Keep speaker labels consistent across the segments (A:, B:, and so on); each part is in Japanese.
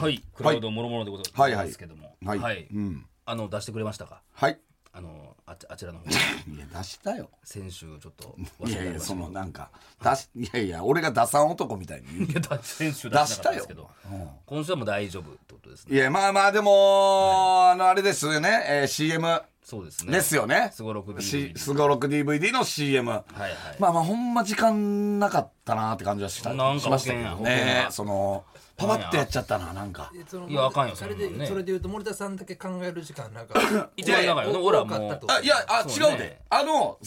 A: はい、クラウドもろもろでござ
B: はいい
A: ま
B: はい
A: すけども、
B: はいうん
A: あの出してくれましたか、
B: はい
A: あのあちあちらの方
B: いや出したよ
A: 先週ちょっと
B: い
A: 忘れ
B: や
A: て
B: い
A: ま
B: や
A: した
B: そ
A: けど
B: のなんか出しいやいや俺が出さん男みたいに言う
A: いやだ先週出したんですけど
B: 出、したようん
A: 今週はもう大丈夫ってこと ですね
B: いやまあまあでも、あのあれですよね、えー CM
A: そうですね
B: ですよね
A: すごろく DVD
B: しすごろく DVD の CM はい
A: はい
B: まあまあほんま時間なかったなって感じはした
A: なんか
B: しましたけど
A: 保険や保険
B: ね
A: や
B: そのパパってやっちゃったななんか
C: でその
A: いやあかんよ
C: そ
A: そ
C: れ
A: んなんね
C: でそれで言うと森田さんだけ考える時間なん か
A: 一番長いよね
C: いや
A: 俺は
C: 多か
A: も
C: った
A: う
C: と
B: あいやあ、
A: そうね
B: 違うであの、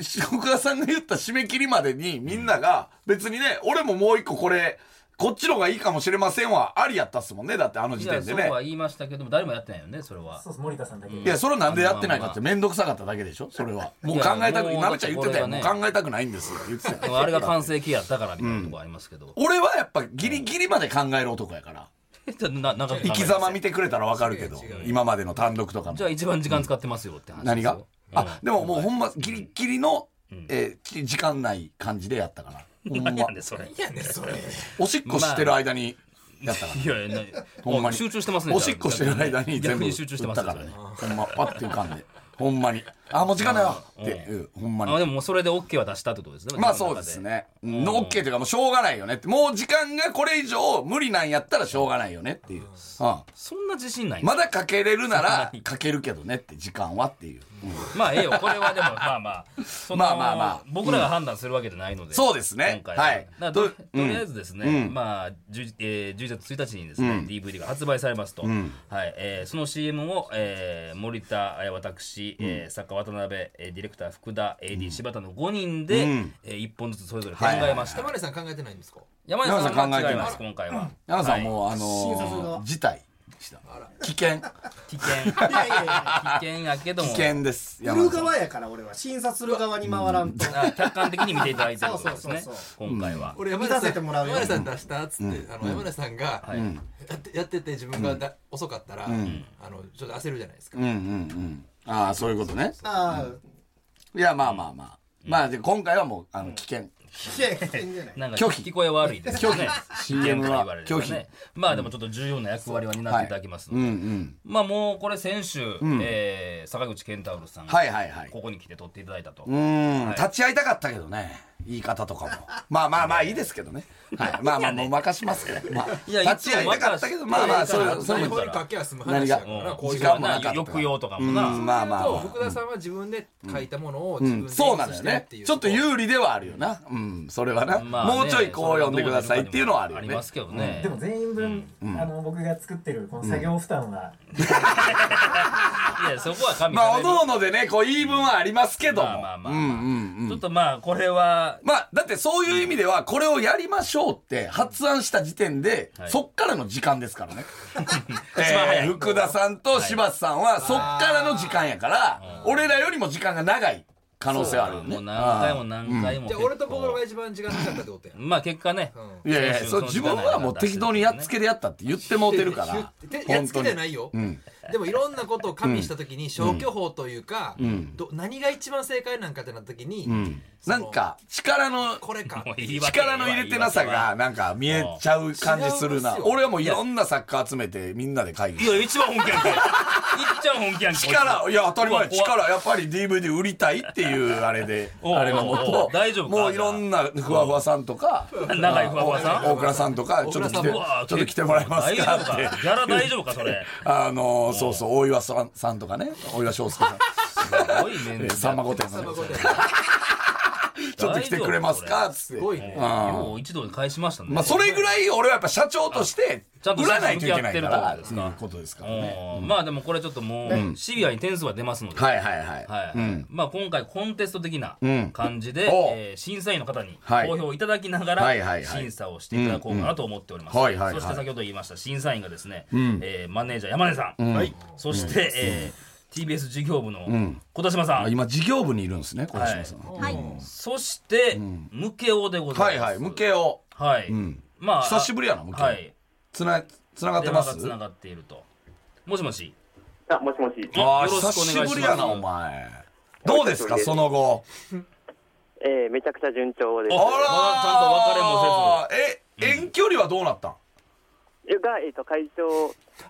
B: し岡田さんが言った締め切りまでにみんなが別にね俺ももう一個これこっちの方がいいかもしれませんはありやったっすもんねだってあの
A: い
B: 時
A: や
B: 点
A: そ
B: で
A: う
B: ね
A: は言いましたけども誰もやってないよねそれは
D: そうです森田さんだけ、
B: いや、それはなんでやってないかって面倒くさかっただけでしょそれは。もう考えたく、
A: いやもう
B: なべちゃん言ってたよ。
A: だ
B: も
A: っ
B: う
A: てこれはね
B: 考えたくないんですよ。言ってたよ。
A: あれが完成形やったからみたいなとこありますけど、
B: 俺はやっぱギリギリまで考える男やから。
A: じゃあな長く考えて
B: 生き様見てくれたらわかるけど、今までの単独とかも
A: じ。ゃあ一番時間使ってますよって話ですよ
B: 何が
A: うん
B: あ、でももうほんまギリギリの、えーき時間ない感じでやったから。ほんま
A: 何やねんそれ
C: いやねそれ
B: おしっこしてる間にやったから。
A: いやいやな
B: ほんま
A: あ
B: に。
A: 集中してますね
B: おしっこしてる間に全
A: 逆
B: 部
A: に集中してます
B: 打ったからね。ほんま、パッて浮かんで。ほんまに。あ、もう時間ないわって、うんほんまに
A: あ。でももうそれで OK は出したってことですね
B: まあそうですね。うん、の OK というかもうしょうがないよねって。もう時間がこれ以上無理なんやったらしょうがないよねっていう。うん
A: そんな自信ないんです
B: まだかけれるならかけるけどねって時間はっていう。うん
A: まあええよこれ はでもまあまあその
B: まあまあまあ
A: 僕らが判断するわけじゃないので、
B: そうですね
A: 今回は
B: はい
A: だからと
B: と
A: とりあえずですね、まあ 10,、えー10月1日にですね、DVD が発売されますと、はいえーその CM を、えー森田、えー私、えー作家渡辺、えーディレクター福田 AD 柴田の5人で、え1本ずつそれぞれ考えました、
C: 山根さん考えてないんですか
A: 山根さ
B: 山
A: ん
B: 根さん考
A: は
B: え
A: 違
B: て
A: い
B: ま
A: ますす今回は、
B: 山田さん
A: はい
B: もうあのー辞退した。危険。
A: 危険
E: いやいやいや
A: 危険やけど
B: 危
A: も
B: 険です。
E: 売る
B: 山田さん
E: 側やから俺は審査する側に回らんと
A: あ客観的に見ていただいてるってことです ね
E: そうそう
A: 今回は、
C: 俺山根さん
E: 見させてもらうよ
C: 山根さん出したっつって、あの山根さんが、やってやってて自分がだ、遅かったら、あのちょっと焦るじゃないですか、
B: うんうんうん。ああ、そういうことね。
E: あ
B: いや、まあまあまあ。まあで今回はもうあの危険。
E: あいやいやいやいや
A: なんか
B: 拒否
A: 聞こえ悪いですよね。
B: CM は
A: 危険とか言われるとね
B: 拒否
A: まあでもちょっと重要な役割は担っていただきますの
B: う
A: で
B: んうん。
A: まあもうこれ先週、えー坂口健太郎さんが
B: はいはいはい。
A: ここに来て撮っていただいたと。
B: うーん、立ち会いたかったけどね。言い方とかも。まあまあまあいいですけどね。はい。まあまあもう任しますけど。まあ、
A: いや
B: 立ち会いたかったけど、まあまあ、それ、それ
C: 日
B: も
C: 本。にかけは済む話だか
A: う
C: ら
A: ん
C: こういう
B: 時間もなかった
A: 抑揚とかもな。
B: うんまあまあ
C: そう福田さんは自分で書いたものを自分で
B: そうなんだよ
C: 演出して
B: ね
C: ってい。う
B: ちょっと有利ではあるよな。うん、それはな。
A: まあね
B: もうちょいこう読んでくださいっていうのはあるよ
A: あり
B: ね
A: ま。すけどね
D: で。も全員分、あの僕が作ってるこの作業負担は、
A: いやそこは神
B: まあ、おのおのでね、こう言い分はありますけども。
A: まあまあまあ
B: うんうんうん。
A: ちょっとまあこれは
B: まあ、だってそういう意味では、これをやりましょうって発案した時点で、
A: はい
B: そっからの時間ですから ね。
A: 早
B: え
A: い
B: ー福田さんと柴田さんは、そっからの時間やから、俺らよりも時間が長い可能性はあるよね。
A: もう何回も
B: あ
A: 何回も。
C: じゃあ俺と心が一番時間なかったってことや、
A: まあ結果ね。
B: ーいやいや、
A: 先週
B: そう
A: の
B: 自分はもう適当にやっつけでやったって言ってもうてるから
C: で。やっ
B: 本
C: つけ
B: 当に
C: ては。ないよ、でもいろんなことを加味した時に消去法というか、ど何が一番正解なんかってなった時に、そ
B: な
C: の
B: んか、力の、
C: これか
A: もういいわけ
B: 力の入れてなさが、なんか見えちゃう感じするな
C: 違うんで。すよ
B: 俺はもういろんな作家集めて、みんなで会議して
A: いや一番本気やんけ。いっちゃん本気やんけ。
B: 力いや当たり
A: うわ
B: 前
A: 怖っ
B: 力やっぱり DVD 売りたいっていうあれで
A: おうおう
B: あれがもっ
A: おうお
B: と
A: う大丈夫か
B: もういろんなふわふわさんとか
A: 長いふわふわさん
B: 大倉さんとかちょっと来てち
A: う
B: ょ
A: わ
B: っと来てもらえますか
A: 大丈夫
B: って
A: かギャラ大丈夫かそれ
B: あのそうそう大岩さんさんとかね大岩翔介さん
A: すごいメン
B: え
A: ツ
B: さんま御殿さん
C: 卵で
B: ちょっと来てくれますかっつって
C: すごいね
A: よう一度で返しましたね
B: まあそれぐらい俺はやっぱ社長として
A: ちゃんと
B: 売らないといけないか
A: ちゃ
B: ら
A: ん
B: っ
A: と向
B: て
A: き
B: い
A: 合
B: う
A: ってると
B: ことですからね
A: うんまあでもこれちょっともうシビアに点数は出ますので
B: はいはいはい
A: はい
B: うん
A: まあ今回コンテスト的な感じで
B: んおう
A: えー審査員の方に
B: はい
A: 投票いただきなが
B: はいはいは
A: ら
B: い
A: 審査をしていただこうかなと思っておりま
B: う
A: す
B: んうんはいはいはい
A: そして先ほど言いました審査員がですねえーマネージャー山根さんはいそしてえー TBS 事業部の小田島さ
B: あ
A: ん
B: 今事業部にいるんですね小島さん
F: はい。
A: そしてムケオでござ
B: はいい
A: ます
B: はい向けを
A: はいまあ
B: 久しぶりやな向け
A: はい
B: つなつながって
A: 電
B: ま
A: 話が
B: す
A: つながっていると。もしもし。
G: あ、もしもし。
B: ああ
A: よろ
B: 久
A: しくお願い
B: し
A: します
B: ぶりやなお前どうですかその後
G: えー、めちゃくちゃ順調です
A: あ。まだちゃんと別
B: せ
A: れも
B: ずえ遠距離はどうなったん
G: え、が、えっと会場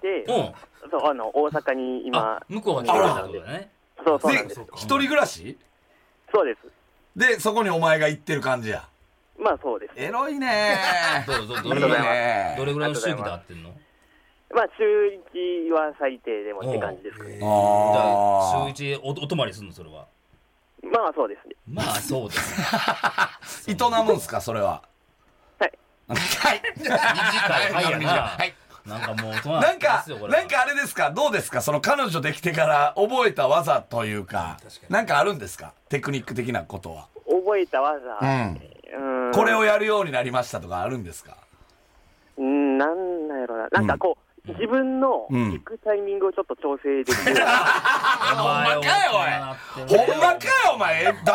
G: で、
A: おう
G: そうあの大阪に
A: あ
G: 今、
A: 向こうは来てくれたってことだね
G: そうそうなんで。
B: です一人暮らし
G: そうです。
B: でそこにお前が行ってる感じや
G: まあそうです。
B: エロいね
A: どうぞど
B: いい
A: れぐ
G: ありがとうござ
A: らい
B: ね
A: どれぐらいの周期で会ってんの
G: まあ週1は最低でもって感じですかね。
A: じゃ
B: あ
A: あ週一おお泊まりするのそれは
G: まあそうですね。
A: まあそうですね
B: ー営むんすかそれは
G: はい
B: はい
A: 短い早いな、
B: はい
A: なんかもう大人
B: なん
A: で
B: か
A: すよこ、れは
B: なんかあれですか、どうですか、その彼女できてから覚えた技というか、なんかあるんですか、テクニック的なことは。
G: 覚えた技、
B: うん。
G: うん、
B: これをやるようになりましたとかあるんですか。
G: うん、なんなんやろうな。なんかこう、自分の
B: うん
G: 行くタイミングをちょっと調整できる。
A: お前
B: ほんまかよ
A: 大人
B: ほ
A: になっ
B: ん
A: て
B: まかよ、お前、男優みたい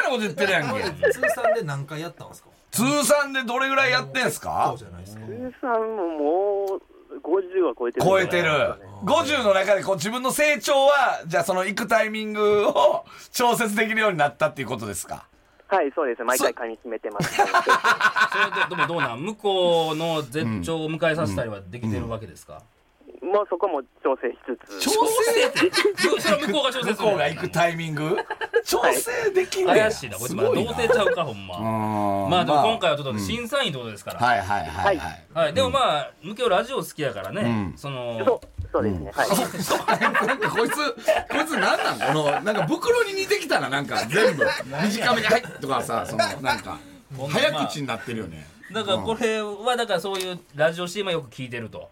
B: なこと言ってるやん
C: これ
B: け。
C: 通算で何回やったんですか
B: 通算でどれぐらいやってんす
C: そ
B: か
C: うじ。ゃないですか
G: 通算ももう50は超えてる。
B: 超えてる。50の中でこう自分の成長は、じゃあその行くタイミングを調節できるようになったっていうことですか。
G: はい、そうです。毎回噛み締めてます。
A: それででもどうなん向こうの絶頂を迎えさせたりはできてるわけですか、
G: もうそこも調整しつつ。
B: 整って
A: それは向こうが調整する
B: 向こうが行くタイミング調整できんねや
A: 怪しいなこいつまだ童貞ちゃうかほんまま
B: ま
A: あでも今回はちょっと審査員ってことですから、
B: はいはいはいは。
G: はい
A: はい、でもまあ、向こうラジオ好きやからね、
B: うん
A: そ
G: そ
A: の、
G: う、そうですね。はい。
B: なんかこいつ、こいつなんなんこの、なんか袋に似てきたな、なんか全部。短めに、はいとかさ、その、 なんか、
A: ほんま
B: 早口になってるよね。
A: だからこれは、だからそういうラジオ CM はよく聞いてると。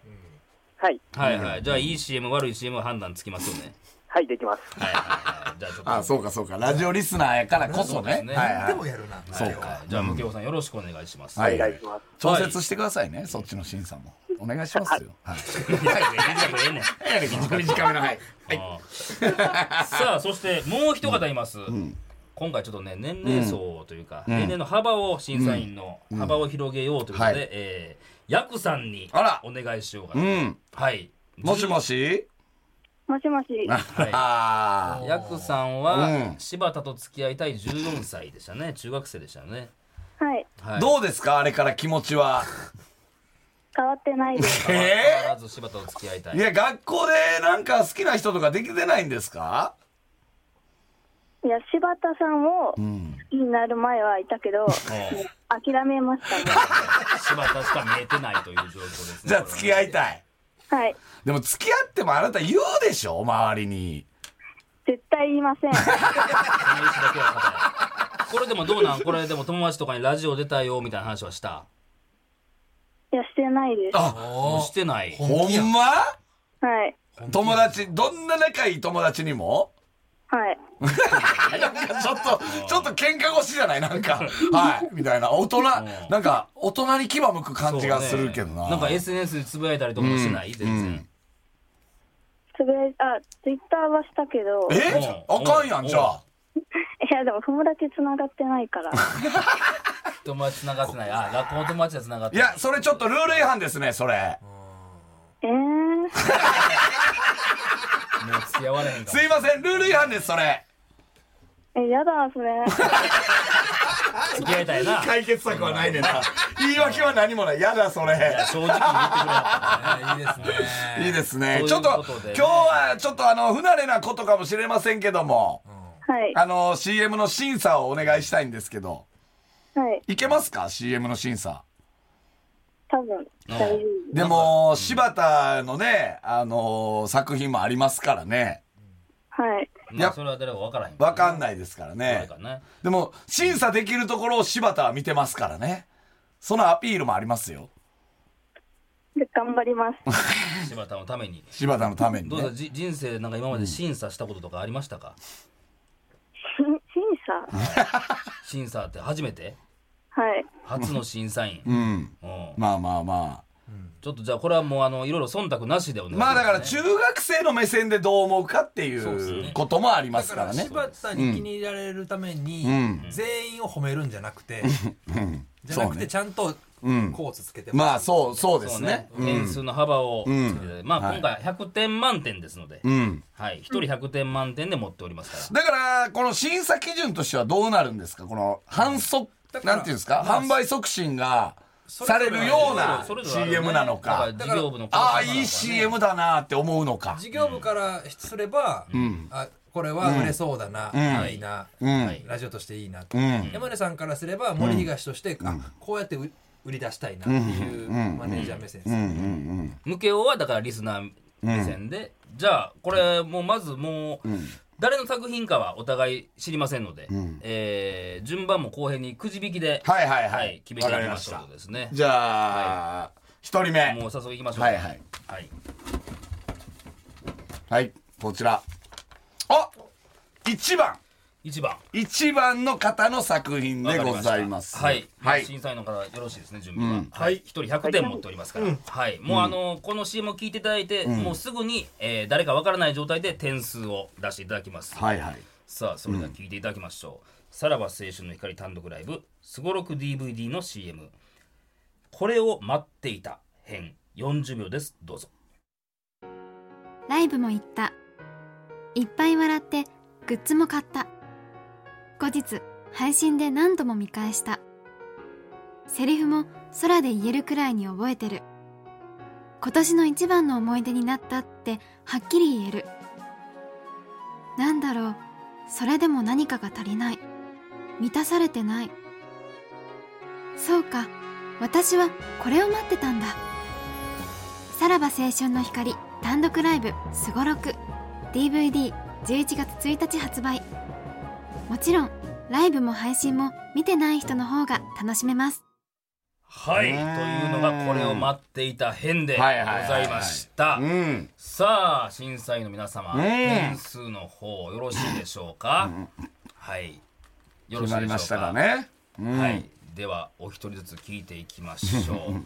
G: はい。
A: はいはい。じゃあ、いい CM、悪い CM は判断つきますよね。
G: はい、できます。
A: はいはいはい。じゃあ、ちょっと。
B: あ、そうかそうか。ラジオリスナーやからこそ
A: そうです
B: ね。
A: ね
B: はいは
C: で
B: い
C: もやるな
B: そう
A: はいはいじゃあ、向こうさんよろしくお願いします。
B: は
G: お
B: い
G: 願いします。
B: 調節してくださいね、そっちの審査も。お願いしますよ。はい。
A: 短くええねん
B: 短めの、はい。
A: うん さあ、そしてもう一方います。今回ちょっとね、年齢層というか、年齢の幅を審査員の幅を広げようということ
B: は
A: で、えーヤクさんに
B: あら
A: お願いしようか
B: う
A: な。
B: ん。
A: はい。
B: もしもし
F: もしもし、
A: はい
B: あ
A: ヤクさん
B: うん
A: は柴田と付き合いたい14歳でしたね中学生でしたよね、
F: はい、
A: は
B: あ。
A: い、
B: どうですかあれから気持ちは。
F: 変わってない です。
A: 変わ
B: えー
A: らず柴田と付き合いたい
B: いや、学校でなんか好きな人とかできてないんですか
F: いや、柴田さんを好
B: ん。
F: きになる前はいたけど、もう諦めましたね。
A: 柴田しか見えてないという状況ですね
B: じゃあ付き合い
A: い
B: たい。
F: はい、
B: でも付き合ってもあなた言うでしょ周りに。
F: 絶対言 いません。
A: この意思だけは固いこれでもどうなんこれでも友達とかにラジオ出たよみたいな話はした
F: いや、してないです。
B: あ、
A: もうしてない
B: ほんま
F: はい、
B: 友達、どんな仲いい友達にも
F: はい、
B: なんかちょっと、ちょっと喧嘩腰じゃないなん か、はい、みたいな。大人、なんか、大人に牙向く感じがするけど
A: そう
B: な。
A: ねなんか SNS でつぶやいたりとかもしてない、全然、
F: つぶやいあ、ツイッターはしたけど、い
B: え
A: うん
B: あかんやん、じゃあ。
F: や、でも友達つながってない から。
A: 友達繋がってないあ学校の友達は繋がって
B: いや、それちょっとルール違反ですね、それ。
F: えー、
A: もう付き合われへ んかも
B: すいません、ルール違反です、それ。
F: え、やだ、それ。
A: 付き合いたいな
B: 解決策はないねんな。言い訳は何もない。やだ、それ。
A: 正直に言ってくれなかったね
C: いいですね
B: いいですね。ち
A: そ
B: ょ
A: うい
B: っ
A: う
B: と、
A: こと
B: 今
A: でね
B: 日はちょっとあの、不慣れなことかもしれませんけども、
F: はい、
B: あの、CM の審査をお願いしたいんですけど、
F: はい、
B: いけますか ?CM の審査。
F: 多分大丈夫で
B: でも、柴田のね、あの作品もありますからね。
F: す。はい、
A: ま
B: や
A: あ、それは誰か分からへん
B: わ
A: わ
B: かんないですからね。
A: ね
B: でも、審査できるところを柴田は見てますからね。そのアピールもありますよ。
F: で頑張 ります。
A: 柴田のために
B: 柴田のために、
A: どうです
B: ね
A: か。じ人生でなんか今まで審査したこととかありましたか、
F: 審査
A: 審査って初めて
F: はい、
A: 初の審査員、
B: うん。
A: うん
B: まあまあま
A: ちょっとじゃあこれはもうあのいろいろ忖度なしでお願
B: あ。
A: いしま、
B: ますあだから中学生の目線でどう思うかってい
A: そうですね
B: うこともありま
C: だ
B: す
C: か
B: から
C: ら
B: ね。
C: 柴田さんに気に入られるために
B: ん
C: 全員を褒めるんじゃなくてじゃ
B: そ
C: な
B: う
C: く
B: ね
C: てちゃんと
B: うん。
C: コーツつけて
B: まあそう、そうで
A: そう
B: す
A: ね
B: ね。、
A: 点数の幅を、
B: ん
A: まあ今回100点満点ですので、
B: うん。
A: はい、一人100点満点で持っておりますから、
B: だから、この審査基準としてはどうなるんですかこの、反則、
C: だから
B: なんていうんですか、
C: まあ
B: 販売促進が、
A: そ
B: されるような
A: それぞれある
B: CM なのか
A: だから事業部の
B: ああいい CM だなって思うのか
C: 事業部からすれば、あこれは売れそうだな、
B: ん
C: いいな、
B: うん
A: はい
C: ラジオとしていいな、
B: うん
C: 山根さんからすれば森東として、あこうやって売売り出したいなっていうマネージャー目線です、
B: うんうん
A: 向けようはだからリスナー目線で、じゃあこれもうまずもう、誰の作品かはお互い知りませんので、えー順番も後編にくじ引きで、
B: はいはいはい
A: 決めていきましょうということですね
B: うんじゃあ一人目
A: もう早速いきましょう
B: はいはい
A: はい
B: はいこちらあ一番
A: 一番
B: 一番の方の作品でございます
A: はい、
B: はい
A: 審査員の方よろしいですね準備は、はい一人100点持っておりますから、はいもうあのこの CM を聞いていただいて、もうすぐに、えー誰かわからない状態で点数を出していただきます、
B: はいはい
A: さあそれでは聞いていただきましょう、さらば青春の光単独ライブすごろく DVD の CM これを待っていた編40秒ですどうぞ
H: ライブも行った。いっぱい笑って、グッズも買った。後日、配信で何度も見返した。セリフも空で言えるくらいに覚えてる。今年の一番の思い出になったってはっきり言える。なんだろう、それでも何かが足りない。満たされてない。そうか、私はこれを待ってたんだ。さらば青春の光単独ライブ「すごろく」DVD11 月1日発売もちろんライブも配信も見てない人の方が楽しめます
A: はい
B: う
A: とい
B: ーん
A: うのがこれを待っていた編でございました
B: うん
A: さあ審査員の皆様、
B: ねえ
A: 点数の方よろしいでしょうか、はいよろし
B: 決まり
A: いでしょ
B: ま
A: う
B: し
A: か
B: たかねうん
A: はい、ではお一人ずつ聞いていきましょう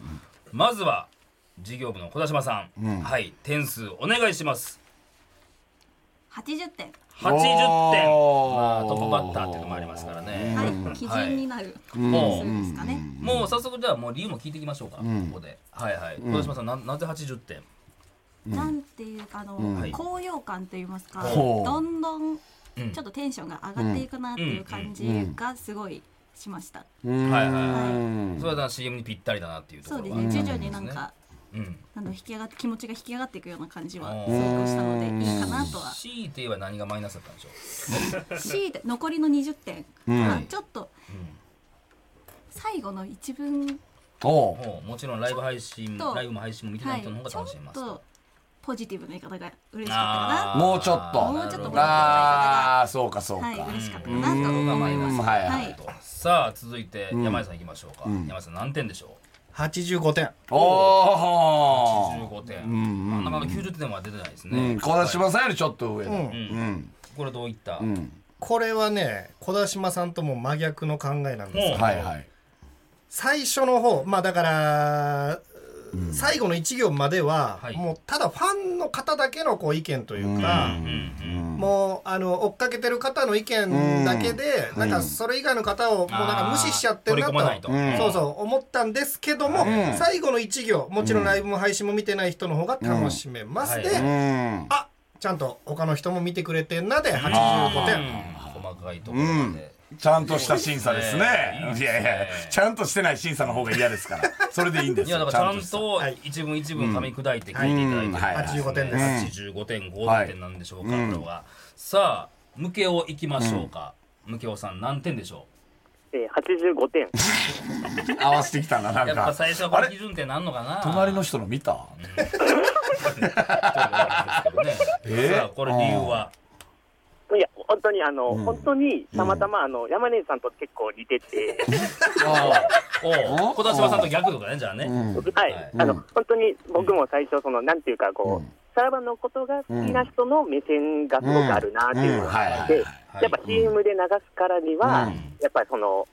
A: まずは事業部の小田島さん、はい点数お願いします
I: 80点
A: 80点
B: おー
A: まあトップバッターっていうのもありますからね、
I: はい、
A: はい
I: 基準になる
A: も
I: 数
A: う
I: ですかね、
A: もう早速じゃあもう理由も聞いていきましょうか、ここではいはい小田島さんななぜ80点
I: なんていうかあの、
A: はい
I: 高揚感といいますか、
B: ほう
I: どんどんち
A: うん
I: ょっとテンションが上がっていくなっていう感じがすごいしました、
B: うん
A: はいはいはい
B: うん
A: それはだから CM にぴったりだなっていうとこ
I: そう
A: ろ
I: です
A: が
I: ね徐々になんか、
A: うん
I: なんだろう引き上がって気持ちが引き上がっていくような感じは
A: うん
I: すごくしたのでいいかなとは
A: C って言えば何がマイナスだったんでしょう
I: C で残りの20点、
B: ん
I: まあちょっと、最後の一文
B: おう
A: もうもちろんライブ配信
I: ちょっと
A: ライブも配信も見てな
I: はいいち
A: 人の方が
I: ょっ
A: 楽しめます
I: とポジティブな言い方が嬉し
A: あ
I: か
A: ー
B: もうちょっと
I: もうちょっと
B: ああそうかそう
I: ったかなはい
B: か
I: 嬉しかったかなと思いま
B: う
I: す
B: んはいは
I: はいい
A: さあ続いて山井さんいきましょうか、山井さん何点でしょ
E: 85点
A: う
B: おお
A: 15点、まあなかなか90点は出てないですね、
B: 小田島さんよりちょっと上だ
E: うん
B: うん
A: これどういった、
E: これはね小田島さんとも真逆の考えなんですけど
B: はいはい
E: 最初の方まあだから、最後の1行までは、
A: はい
E: もうただファンの方だけのこう意見というか、
A: うんうん
E: もうあの追っかけてる方の意見だけで、なんかそれ以外の方をもうなんか無視しちゃってるな
A: あー取り込まないと
E: と、そうそう思ったんですけども、
B: ん
E: 最後の1行もちろんライブも配信も見てない人の方が楽しめます
A: うん
E: で、
A: はい
B: うん
E: あちゃんと他の人も見てくれてんなで
A: う
E: 85
A: ん
E: 点。
A: 細かいところまで、
B: ちゃんとした審査ですね
A: いいですね
B: いやいやちゃんとしてない審査の方が嫌ですから それでいいんです
A: いや
B: よ
A: だからちゃん
B: した
A: と
E: はい
A: 一文一文噛み砕いて聞いていただいてるん
B: うんはい
E: 85点です
A: 85点5点なんでしょうか、これはさあムケオいきましょうか、ムケオさん何点でしょ
G: えー、85点。
B: 合わせてきたなな
A: うんやっぱ
B: か
A: 最初はこ
B: あ
A: れ
B: れ
A: 基準点なんのかな
B: 隣の人の見た えー
A: さあこれ理由は、
G: いや、本当に、あの、本当に、たまたま、あの、山根さんと結構似てて、
A: おう小田島さんと逆とかねじゃあね、
G: はい。あの、本当に僕も最初、その、なんていうか、こう、さらばのことが好きな人の目線がすごくあるなっていうのがあって、
B: うんうんはい
A: はいはい
G: やっぱ CM で流すからには、やっぱりその、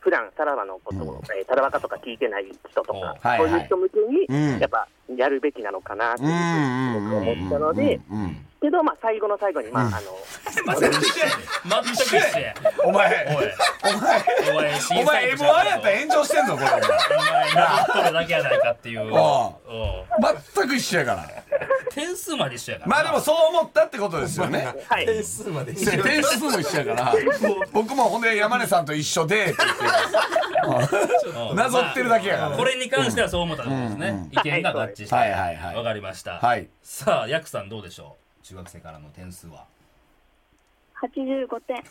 G: 普段さらばのことを、えー、さらばかとか聞いてない人とか、
B: はいはい
G: そういう人向けに、
B: うん
G: やっぱやるべきなのかなっていうふうに僕は思ったので、
B: うんうん
G: けど、まあ、最後の最後に、まあ、あの、
A: 全く一緒や
B: お前
A: おいお前審
B: お
A: 査
B: 前 M1
A: 員としては
B: やったら炎上してんぞこれ
A: お前なぞっとるだけやないかっていう
B: お
A: おう
B: 前全く一緒やから
A: 点数まで一緒やから な
B: まあでもそう思ったってことですよね。
G: はい。
C: 点数まで一緒
B: せ点数も一緒やから僕もほんで山根さんと一緒でって言って
A: うん
B: なぞってるだけやから
A: まあこれに関してはそう思ったってことですね意見が合致して
B: はいはいはい
A: わかりました
B: はい
A: さあヤクさんどうでしょう中学生からの点数は
F: 85点。
A: こ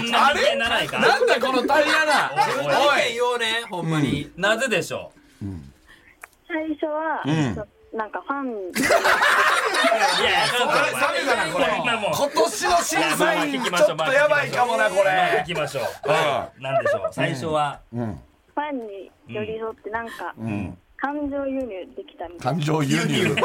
A: んなに点7位か
B: なんだこのタイヤな
A: おい
C: 何件言おうねほんまに
A: なぜでしょう
F: 最初は、なんかファン、
A: いや、そ
B: あれ冷めたなこれ今年の審査員ちょっとやばいかもなこれ
A: 行きましょう。はい。なんでしょう。最初は。
F: ファンに寄り添って、なんか、感情輸入できたみたい
B: 感情輸入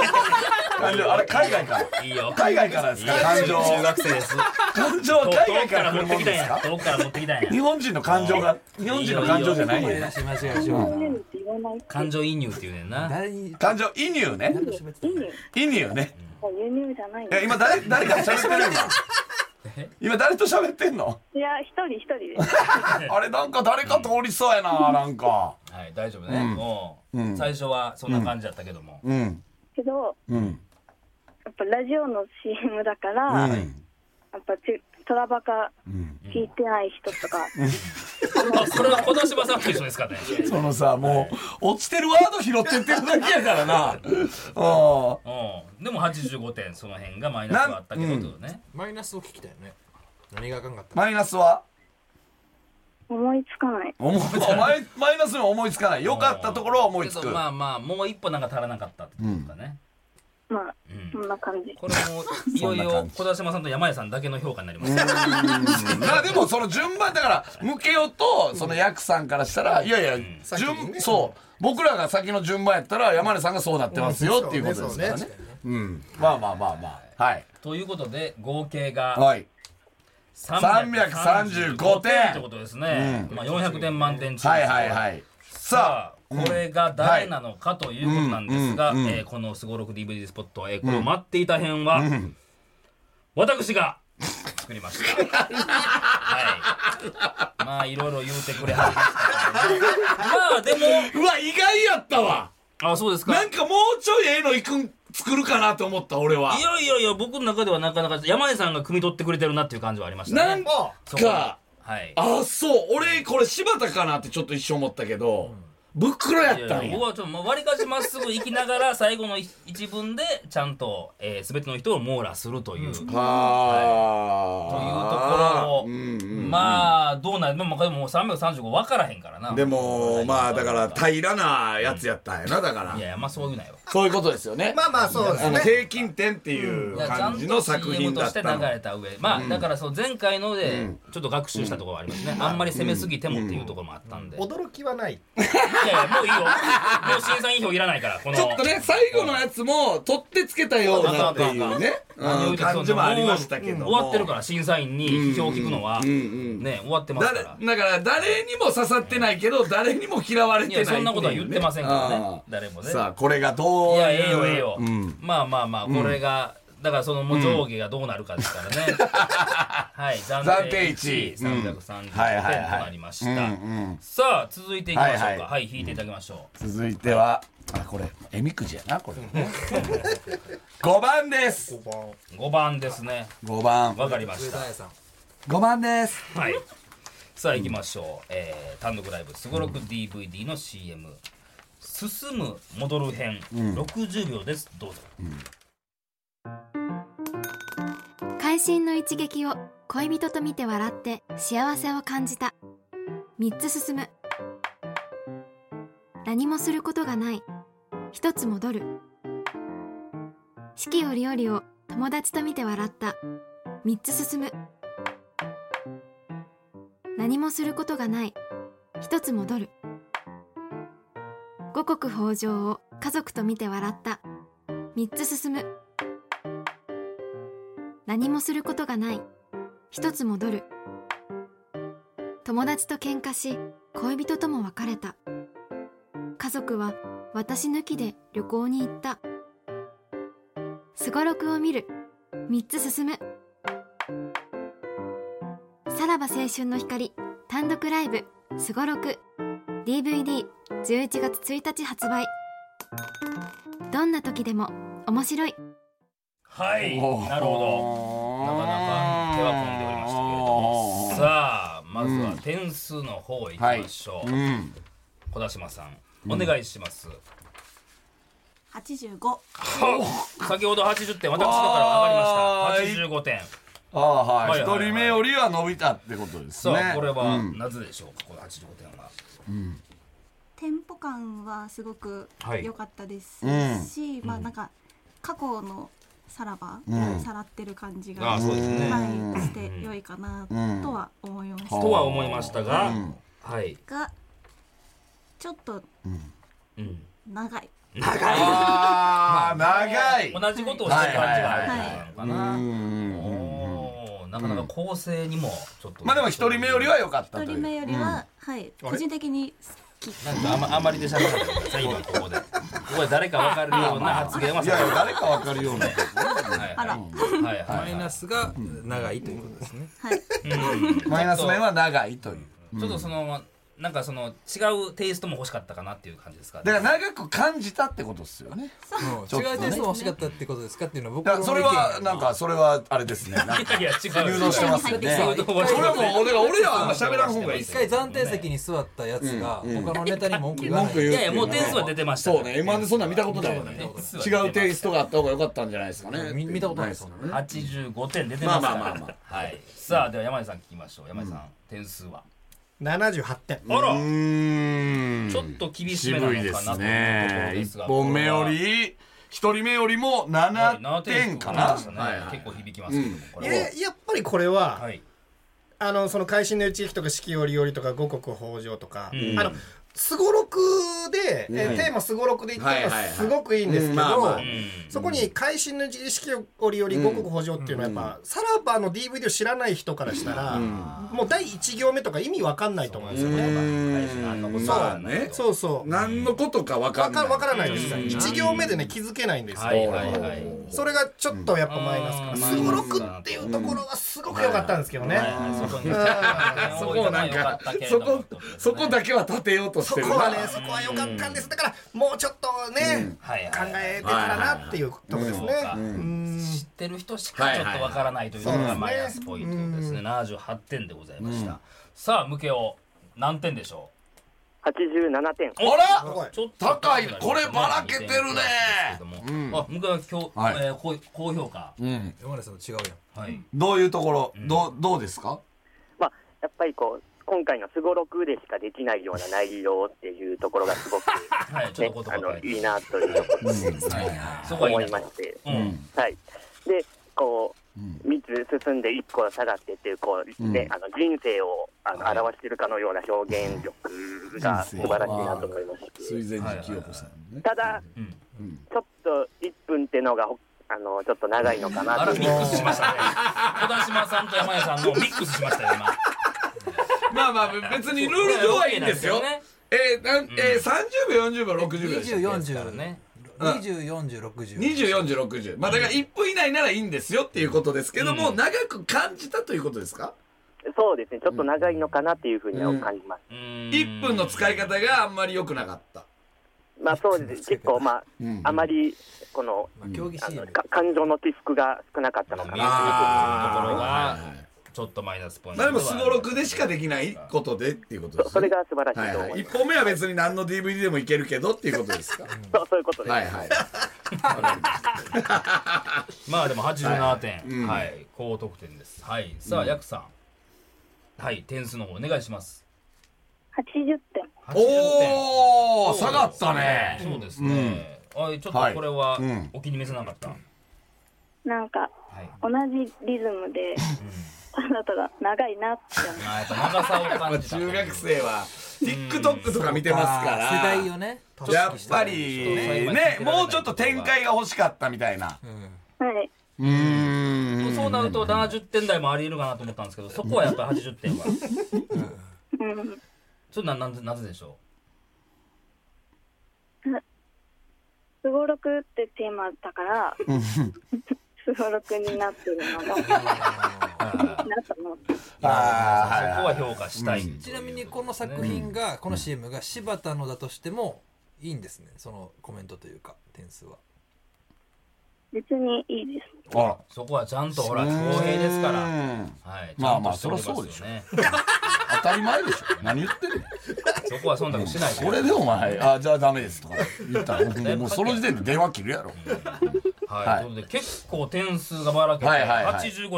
B: 感情あれ海外から
A: いいよ。
B: 海外からですか感情
A: 中学生です。
B: 感情は海
A: 遠
B: 外
A: くか
B: からら来
A: 持
B: る
A: って
B: も
A: き
B: ん
A: たん
B: です
A: や
B: か。
A: 遠くから持ってきたんや
B: 日。本人の感情が日本人の感情じゃないん
C: 声
B: や
C: 出しましょうよしょう
F: な。輸入って言わないって。
A: 感情移入っていうねんな。
C: 誰に
B: 感情移入ね
C: 誰と喋って
F: 輸
C: た
F: 入
B: 移入ね
F: 輸入じゃないの
B: いや今誰誰かと喋ってる今今誰と喋ってんの
F: いや、一人一人 です。
B: あれなんか誰か通りそうやななんか
A: はい、大丈夫ね。もう最初はそんな感じだったけども。
B: うん
F: けど、
B: うん
F: やっぱラジオの CM だから、やっぱちトラバカ聞いてない人とか、
A: あ、それは小田島さんと一緒で すからね。
B: そのさもう落ちてるワード拾ってってるだけやからなう
A: うん。でも85点その辺がマイナスはあったけどってことね。
C: マイナスを聞きたいよね何があかんかっ
B: んマイナスは
F: 思いつかない。
B: 思いお前マイナスも思いつかない良かったところは思い
A: け
B: つ
A: ど
B: く
A: まあまあもう一歩なんか足らなかったってことかね。
F: まあ、
A: うん
F: そんな感じ。
A: これもいよいよ小田島さんと山家さんだけの評価になります。
B: まあでもその順番だから向けようとそのヤクさんからしたらいやいや順そう僕らが先の順番やったら山根さんがそうなってますよっていうことですからねうんまあまあまあまあはい
A: ということで合計が
B: はい
A: 335
B: 335
A: 点
B: 点
A: ってことですね、まあ、400点満点中
B: はいはいはいさ
A: さあこれが誰なのかということなんですが、えーこのすごろく DVD スポット、えーこれを待っていた編は、私が作りました。 はい。まあいろいろ言うてくれはりましたからね、まあで
B: あうわ意外やったわ
A: もあそうですか。
B: なんかもうちょいええのいくん作るかなと思った俺はい
A: やいやいや僕の中ではなかなか山根さんが汲み取ってくれてるなっていう感じはありましたね。
B: なんか
A: そこははい。
B: あそう俺これ柴田かなってちょっと一瞬思ったけど袋や
A: いや
B: っ
A: い
B: た
A: や
B: んや
A: 僕はちょっとまあ割かしまっすぐ行きながら最後の一文でちゃんと、えー、全ての人を網羅するという、というとこ
B: は
A: ろを、まあどうなんまあまあでも335分からへんからな
E: でもまあだから
A: い
E: 平らなやつやったんやなだから
A: やいやまあそういうなよ
B: そういうことですよね
E: まあまあそうで
B: あ
E: す
B: の
E: ね
B: 平均点っていう
A: いやちゃ
B: 感
A: ん
B: じ
A: と
B: の作
A: CM
B: 品
A: と
B: だ
A: し
B: ってた
A: 流
B: の
A: れた上まあだからそう前回のでちょっと学習したところはありますねあんまり攻めすぎてもっていうところもあったんでい
E: 驚きはない
A: やいやもういいよもう審査員票いらないからこの
B: ちょっとね最後のやつも取ってつけたようなっていうね
A: 何を言
B: う
A: うんてそんな
B: 感じもありましたけども
A: 終わってるから審査員に票を聞くのはね終わってま
B: だ
A: すから
B: だから誰にも刺さってないけど誰にも嫌われ
A: い
B: てない
A: やそんなことは言ってませんから
B: あ
A: ね
B: あ
A: 誰もね
B: さあこれがどう
A: い
B: い
A: やええよええよ、
B: うん
A: まあまあまあこれが、だからそのもう上下がどうなるかですからね、 はい暫
B: 暫
A: 定
B: 定
A: 1位
B: 一位
A: 330点となりました、
B: うんうん
A: さあ続いていきましょうかは、
B: はいいはい
A: 引いていただきましょう、
B: 続いてはあこれえみくじやなこれ5番です
A: 5番ですね
B: 5番
A: わかりまし
C: 上
A: た
C: 田彩さん
B: 5番です
A: はいさあ行きましょう、えー単独ライブすごろく DVD の CM、進む戻る編、60秒ですどうぞ、
H: 会心の一撃を恋人と見て笑って幸せを感じた3つ進む何もすることがない1つ戻る四季折々を友達と見て笑った3つ進む何もすることがない1つ戻る五穀豊穣を家族と見て笑った3つ進む何もすることがない一つ戻る友達と喧嘩し恋人とも別れた家族は私抜きで旅行に行ったすごろくを見る三つ進むさらば青春の光単独ライブすごろく DVD11 月1日発売どどんな時でも面白い
A: はい
B: おー
A: なるほどなかなか手は込んでおりましたけれどもさあまずは点数の方いきましょう、
B: うん
A: 小田島さんお願いします、
I: 八十五。
A: 先ほど80点私だから上がりました85点
B: ああは
A: はい
B: い一、
A: はいはい
B: 人目よりは伸びたってことです
A: さ
B: ね
A: あ、これは
B: うん
A: なぜでしょうかこの85点は
I: テンポ感はすごく
A: はい
I: 良かったです
B: うん
I: し、まあなんか過去のさらば、
B: ん
I: さらってる感じ
A: あ
I: が、
A: あそうですね
I: はい、して良いかなとは思いました。
A: とは思いましたが、
B: うん
A: はい、
I: がちょっと
A: うん、
I: 長い。
B: ああ長い
A: 同じことをしてる感じがある
I: はいはいはい
A: のかな、
B: うん
A: おーなかなか構成にもちょっと、
B: まあでも一人目よりは良かった
I: 一
B: という
I: 人目よりは、はい個人的に好き。
A: なんかあんまあんまりでしゃべらないでください今ここでここで誰か分かるような発言はいさ
B: や
A: せ
B: い
A: て
B: や
A: くだ
B: 誰かわかるような
A: さい
I: あら、
A: はいはい
C: マイナスが長いということですね。
I: はい。
B: マイナス面は長いという
A: ちょっとそのなんかその違うテイストも欲しかったかなっていう感じですか、
B: だから長く感じたってことですよね
C: もう
B: ちょっと
C: 違
B: ね
C: うテストが欲しかったってことですかっていうのは僕
B: だか
C: の
B: らそれ
C: 意見
B: はなんかそれはあれですねなんか
A: いや違う
B: 誘導してますよね
A: 誘導は
B: それ
A: して
B: は
A: ません
B: もう俺が俺らはあんま喋らん方がいい
C: 一回暫定席に座ったやつが他のネタに文句言わない。
A: いやいやもう点数は出てました
B: そうね M1 でそんなん見たことないよね
A: 点数は出てました
B: 違うテイストがあった方が良かったんじゃないですかね
C: 見見たことないです
B: ね
A: 85点出てますから、
B: まあまあまあま
A: はい、さあでは山根さん聞きましょう山根さん、点数は
E: 78点
A: あら、
B: うーん
A: ちょっと厳しめなの
B: 渋
A: か
B: いで
A: な
B: す
A: というところ
B: ね
A: です
B: 一
A: が
B: 本目より一人目よりも7
A: 7
B: 点
A: 点
B: か
A: か
B: な
A: な、結構響きますけども、これは、
E: えやっぱりこれは、
A: はい、
E: あのその会心の一撃とか四季折々とか五穀豊穣とか、
A: うん
E: あのすごろくで、えーテーマすごろくで言ったの
B: はいはい
E: が
B: はい
E: すごくいいんですけど
B: うんまあまあ
A: うん
E: そこに会心の一撃四季折々五穀豊穣っていうのはやっぱ、さらばの DVD を知らない人からしたら、もう第一行目とか意味わかんないと思うんですよね。
B: まあね
E: そうそう
B: 何のことか分か
E: わ
B: ん
E: か
B: ない
E: わからないです1行目でね気づけないんですよ、
A: はいはいはい
E: それがちょっとやっぱマイナスか
A: う
E: なんすごろくっていうところはすごく良かったんですけどね、
A: そこに
B: そこをなんかそこそこだけは立てようとし
E: そ
B: てる
E: こはねそこは良かったんですだからもうちょっとね、
A: はいはい
E: 考えてたらなっていうとこですね、
A: そうか
E: うん
A: 知ってる人しかちょっとわからないというのがマイナスポイントですね78点でございました、さあ向けを何点でしょ
G: 87点。
A: う
B: あら
E: すごい
A: ちょっと
B: 高いこればらけてるね
A: あ向けは今日、
B: はい
A: えー高高評価
B: うん
C: 山根さんと違うやん。
A: はい
B: どういうところどうどうですか
G: まあ、やっぱりこう、今回のすごろくでしかできないような内容っていうところがすごく、
A: はい ちょ
G: ね
A: っと、言
G: あ
A: 葉
G: の
A: 変
G: い
A: え
G: い
A: て
G: なというところ
A: はいそこはいい
G: 思
A: ない
G: ま
A: と
G: して、
A: うん
G: はい。で、こう、3つ進んで1個下がってっていう、こう、ね、あの人生をあの、表してるかのような表現力が素晴らしいなと思いまして、
B: 前
A: 寺清子さ
B: ん
G: ただ、
A: うん
G: ちょっと1分ってのが、ほあの、ちょっと長いのかな
A: あ
G: と
A: ら
G: い
A: ミ
G: う。
A: ックスしましたね小田島さんと山根さんのミックスしましたよ今
B: まあまあ別にルール上はいいんですよ
A: ね
B: えーなんえー30秒40秒60秒でしたっけ
C: 20、40、
A: ね
C: 20、40、60。
B: 204060まあだから1分以内ならいいんですよっていうことですけども、長く感じたということですか、
G: そうですね、ちょっと長いのかなっていうふうには感じます。
B: 一1
A: 1
B: 分の使い方があんまり良くなかった
G: まあそうです、結構、まあ、あまり、この、
C: まあ競技シ
G: あ
C: ー
G: の
C: ン。
G: か感情の起伏が少なかったのか
A: 見えてるところ
G: な。
A: がちょっとマイナスポイント
B: まあでもすごろくでしかできないことでっていうことです
G: そ
B: ね
G: それが素晴らし
B: はいい
G: と思
B: はいい、
G: ま
B: 1
G: す。
B: 本目は別に何の DVD でもいけるけどっていうことですかは
G: そうそういうことです。
B: いはい
A: まあでも87点はい高得点ですはいさあヤクさんはい点数の方お願いします
F: 80点
A: 80点
B: おお下がったね
A: そうですねはいちょっとこれは
B: うん
A: お気に召せなかったは
F: なんか
A: い
F: 同じリズムで ただただ長いなって思う
A: まあやっぱ長さを
B: やっぱ
A: 感じた
B: 中学生は TikTok とか見てますから
C: 世代をね。
B: やっぱりねもうちょっと展開が欲しかったみたいな
F: はい。
B: うん
A: そうなると70点台もあり得るかなと思ったんですけどそこはやっぱり80点は
F: うん。
A: それななんなぜでしょ
F: すごろくってテーマだから、すごろくになってるのが、なと思って。
B: あー
A: う
B: はいはい
A: そこは評価したい
C: ちなみにこの作品が、この CM が柴田のだとしてもいいんですね。そのコメントというか、点数は。
F: 別にいいです。
B: あら
A: そこはちゃんとほら公平ですから、
B: う
A: は
B: ーん
A: い、
B: まあまあ
A: ちゃんとしておりますよね
B: 当たり前でしょ何言ってる
A: そこは忖度しない
B: これでお前あじゃあダメですとか言 ったらもうその時点で電話切るやろ
A: はい、
B: はい
A: ということで結構点数がばらけて、
B: はいはいはい
A: 85、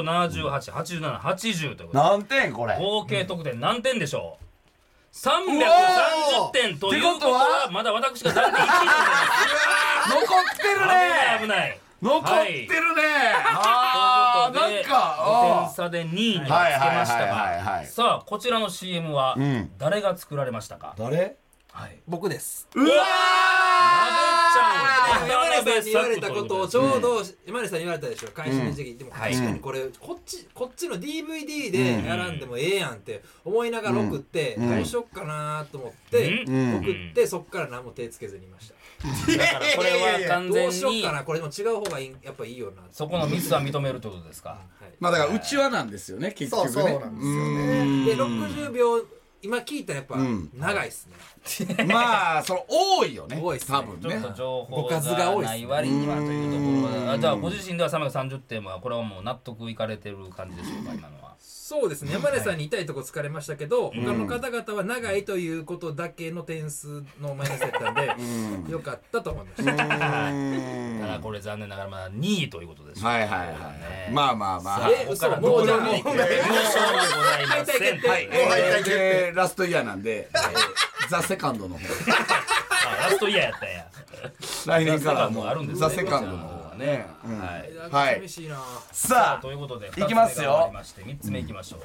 A: 78、87、80ということで
B: 何点これ
A: 合計得点何点でしょう
B: わ
A: 330
B: ー
A: 点という
B: ってこ
A: ことと
B: は
A: はまだ私が暫定1位でござい
B: 残ってる
A: ま す
B: ね
A: 危ない
B: 残っ
A: 危ない
B: てるねああ
A: と
B: ないん
A: うことで5
B: か
A: 点差で2位につけま
B: はいはい
A: し
B: はいはい
A: た
B: はい
A: がさあこちらの CM は
B: うん
A: 誰が作られましたか、
B: 誰
A: はい
C: 僕です。
B: うわ
A: あ
C: 山根さんに言われたことをちょうど山根さんに言われたでしょ開始の時期でも確かにこれこっちこっちの DVD でやらんでもええやんって思いながら送って
B: うん
C: どうしよっかなと思って
A: う
B: うん
C: 送ってそっから何も手つけずにいました
A: だからこれは完
C: ど
A: 全
C: うしよっ
A: に
C: かなこれでも違う方がいいやっぱいいよな
A: そこのミスは認めるってことですか
C: はい
B: まあだからうちはなんですよね結局ね
E: そうそうなんですよね
C: で60秒今聞いたらやっぱ
B: うん
C: 長いっすね
B: うんまあその多いよね
C: 多いっすね
B: 多分
A: ちょ
B: ね
A: っと情報
C: ご数が
A: が
C: 多いっすね
A: ない割にはというところはあじゃあご自身では330点はこれはもう納得いかれてる感じでしょうか今のは
C: そうですね山根さんに痛いとこ疲れましたけど、他の方々は長いということだけの点数のマイナスだったんで、よかったと思いました、
B: うん
A: ただこれ残念ながらまだ2位ということです
B: はいはいはいまあまあまあ
C: え嘘もうじゃあもう
A: 優勝でございま
C: 敗退
A: せん
C: 決定、
A: はい
B: えーでラストイヤーなんで、えーザ・セカンドの方
A: あラストイヤーやったんや
B: 来年から
A: も
B: も
A: うあるんですね
B: ザ・セカンドの方がね、うん
A: はい
B: はい
C: 寂しいな
A: さあ
B: さあ
A: ということで
B: いきますよ
A: 2つ目が終わりまして3つ目いきましょ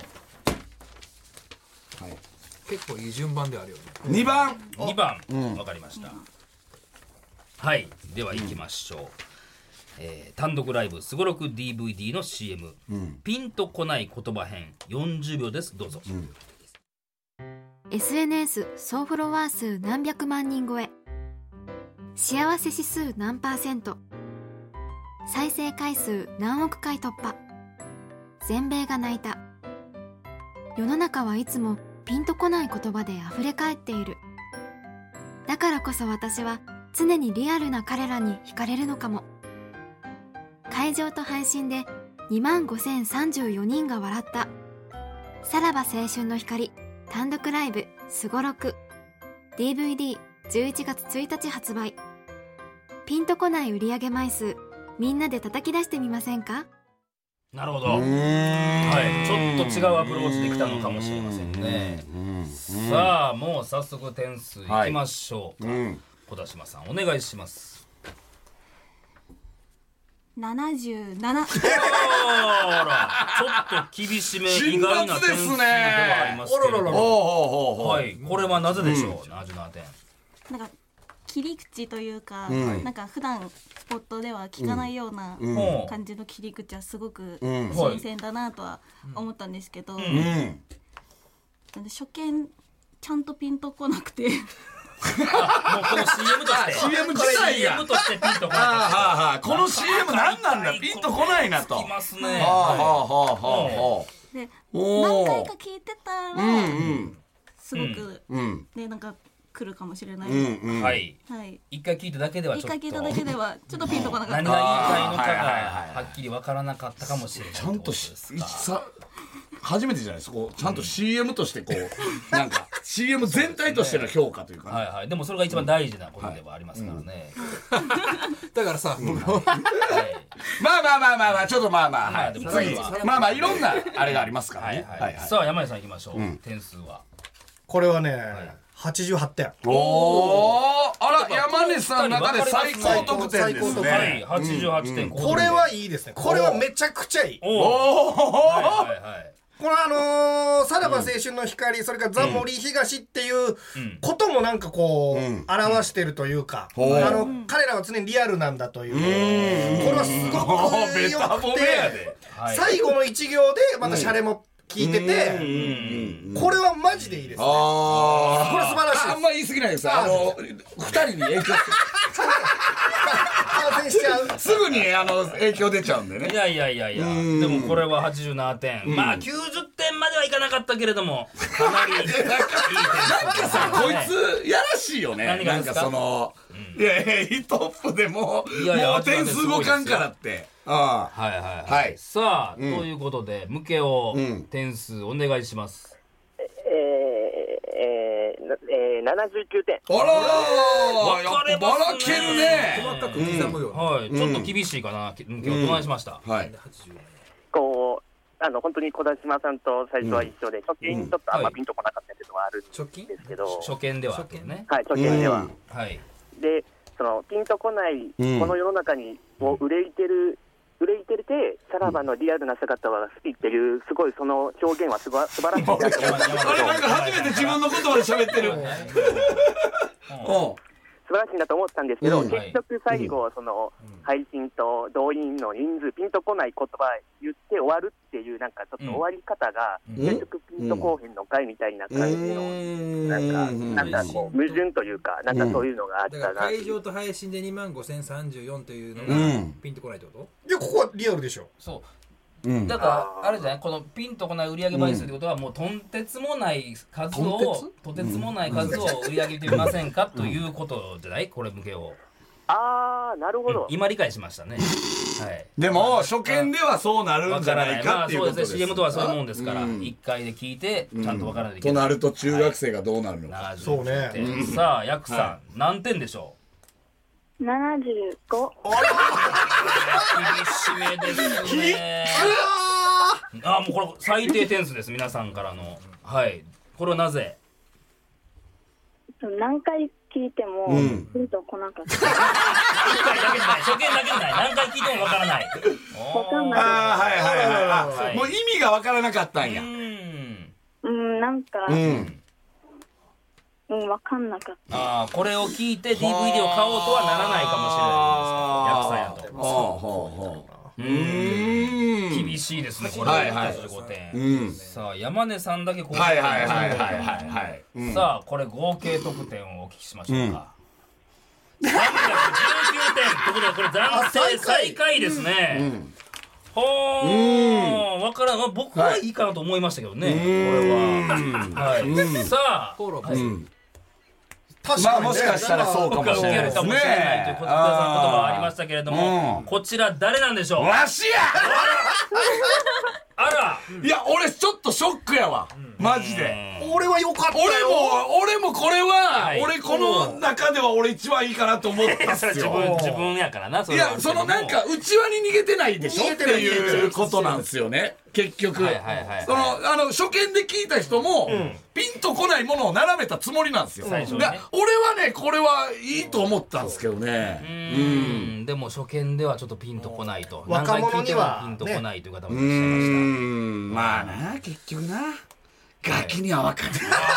C: 結構いい順番ではあるよね
B: 2番
A: う2番わかりましたはいではいきましょうえー単独ライブすごろく DVD の CM ピンとこない言葉編40秒ですどうぞ
H: SNS 総フォロワー数何百万人超え幸せ指数何パーセント再生回数何億回突破全米が泣いた世の中はいつもピンとこない言葉で溢れ返っているだからこそ私は常にリアルな彼らに惹かれるのかも会場と配信で2万5034人が笑ったさらば青春の光単独ライブ「すごろく」DVD11 月1日発売ピンとこない売上枚数みんなで叩き出してみませんか
A: なるほどはいちょっと違うアプローチできたのかもしれませんねさあもう早速点数いきましょうか
B: うん
A: 小田島さんお願いします
I: 七十七。
A: あら、ちょっと厳しめ、意外な点数ではありますけれど
B: おう
A: も。
B: おうおうおう
A: はい、これはなぜでしょう、77点。
I: なんか切り口というか、
B: ん
I: なんか普段スポットでは聞かないような
A: も
I: 感じの切り口はすごく
B: ん
I: 新鮮だなとは思ったんですけど、
B: うん
I: なんで初見ちゃんとピンとこなくて
A: う、もうこの CM として。
B: CM 自体が
A: CM としてピンとこ
B: ああ
A: な
B: はあはあこの CM 何なんだピンとこないなと
A: い。
B: は
A: きますね。
B: あは
A: は
B: あはあは
I: で
B: あお
I: 何
B: お
I: 回か聞いてたら、
B: うん
I: すごく、
B: うんうん
I: ねなんか来るかもしれない、
B: うんうん
A: いはい。
I: はい
A: 一回聞いただけでは
I: 一
A: ちょっ
I: 回聞いた
A: と
I: だ。けではちょっとピンとこなかっ
A: 何
I: た
A: が言いたいのか
B: あーはいはいはい
A: がはっきりわからなかったかもしれない。
B: ちゃんとしいさ初めてじゃないですかこうちゃんと CM としてこう なんか CM 全体としての評価というかね
A: はいはい。でもそれが一番大事なことではありますからね。
C: だからさ、
A: はい
B: まあまあまあまあまあちょっとまあまあ
A: ま
B: は
A: あ
B: い
A: で
B: 次
A: も
B: まあまあいろんなあれがありますから
A: はい
B: ね
A: はい。さあ、山根さん行きましょう。点数は。
E: これはね、88点
B: おおあら山根さんの中で最高得点ですね
A: はい、88点。
E: これはいいですねこれはめちゃくちゃいいこ
A: お
B: お
A: お。はい
B: お
A: はいはい。
E: のあのーさらば青春の光、それからザ・森東っていうこともなんかこう、表してるというか、
B: ん
E: あの彼らは常にリアルなんだという、これはすごく
B: ベ
E: 良
B: タ褒
E: く
B: めやで
E: て、
A: はい
E: 最後の一行でまたシャレも効いてて、これはマジでいいですね
B: あ
E: これ素晴らしいです
B: あんま言い過ぎないでくださいあの二人に影響
E: 感染しちゃう
B: すぐにあの影響出ちゃうんでね
A: いやいやいやいや、でもこれは87点。まあ90点まではいかかなかったけれども、かなりいい点
B: なんかさ、こいつ、やらしいよね。
A: 何
B: な
A: が
B: ん
A: です
B: か
A: か
B: その、いやいや、ヒットホップでもう、
A: いやいや
B: もう点数動かんからって。ああ。
A: はいはいはい。
B: はい
A: さあ、ということで、ムケを
B: うん
A: 点数お願いします。
G: えー、えーなえー、79点。
B: あらー
A: 分かれ
B: やっぱ
A: ます
B: ばら
A: ね
B: けるね。
C: 細かく刻むような。
A: はい、ちょっと厳しいかな、ムケをどないしました。
B: はい。
G: こう、あの、本当に小田島さんと最初は一緒で、初見ちょっとあんまピンとこなかったっていうのはあるん
C: 貯金
G: ですけど、
A: 初見ではあったよね。
G: はい、初見では。
A: はい。
G: で、その、ピンとこない、
B: うん
G: この世の中に、を憂いてる、憂いてるて、さらばのリアルな姿は好きっていう、すごいその表現はすば素晴らしいなと思ったんですけど
B: あれなんか初めて自分の言葉で喋ってる。う
G: 素晴らしいなと思ったんですけど、
B: うん
G: 結局最後、その配信と動員の人数、ピンとこない言葉言って終わるっていう、なんかちょっと終わり方が、
B: うん。
G: 結局ピンとこうへんのかいみたいなん感じの、
B: ん
G: なんか、なんかこう、矛盾というか、なんかそういうのがあっ
C: だか
G: た
C: ら
G: なってい
C: 会
G: う
C: 場と配信で2万5034というの
B: う
C: が
B: ん
C: ピンとこないってこと
E: で、ここはリアルでしょ。
A: そうう。
B: ん。
A: だから、あれじゃないこのピンとこない売り上げ倍数ってことは、もうとんてつもない数を、とてつもない数を売り上げてみませんかということじゃないこれ、ムケを。
G: あー、なるほど。
A: 今理解しましたね。はい。
B: でも、初見ではそうなるんじゃないかっていうこと
A: まあそうで
B: ですす。
A: ね CM とはそういうもんですから、
B: う
A: 一
B: ん
A: 回で聞いてちゃんとわからないといけ
B: と
A: ない、
B: なると中学生がどうなるのか。
A: 70
E: そうね
A: 点さあヤクさん、何点でしょ
F: 75
A: う厳しめですねあもうこれ最低点数です皆さんからのはいこれはなぜ
F: 何回聞いてもピンとこなかった、
A: 一回だけじゃない初見だけじゃない何回聞いてもわからない
F: わかん
B: あ
F: ない
B: あ、はいはいはい
A: は
B: あ。
A: い
B: もう意味がわからなかったん
A: う
B: や。
A: ん
F: うんなんか
B: うん。
F: うんわかんなかっ
A: ああこれを聞いて DVD を買おうとはならないかもしれないですヤクさんやと
B: ほうほ
A: う
B: うほう。うーん。
A: 厳しいですねこれ
B: はいはい
A: 75点、
B: うん。
A: さあ山根さんだけこう
B: はいはいはいはいはいはい。うん
A: さあこれ合計得点をお聞きしましょうか、319点ということでこれ暫定最下位ですね、ほーんわからんまあ僕ははいいかなと思いましたけどね、これは、はいさあ
C: フォローも
E: 確
B: まあもしかしたらそうかも
A: が
B: し
A: 受
B: れ
A: け
B: ないで
A: る
B: す
A: かも
B: ね
A: しれないという。ことで言葉ありましたけれども、
B: うん
A: こちら誰なんでしょう
B: わしや
A: あら
B: いや、俺ちょっとショックやわ。マジで。
E: 俺は良かったよ。
B: 俺も、俺もこれは
A: は、い
B: 俺この中では俺一番いいかなと思ったっす
A: それ 自分
B: よ。
A: 自分やからなそ
B: い
A: れは
B: や、そのなんか、内輪に逃げてないでしょっていうことなんですよね。結局。
A: はいはいはいはい
B: その、あの、初見で聞いた人も、ピンとこないものを並べたつもりなんですよ。
A: 最初ね
B: だから俺はね、これはいいと思ったんですけど
A: う
B: ね。
A: ーんでも初見ではちょっとピンとこないと何
E: 若
A: 回聞
E: 者
A: いて
E: に
A: も
E: は
A: ピンとこないという方もいらっしゃいま
B: う
A: した
B: ん、まあな、結局な。ガキには分かんない。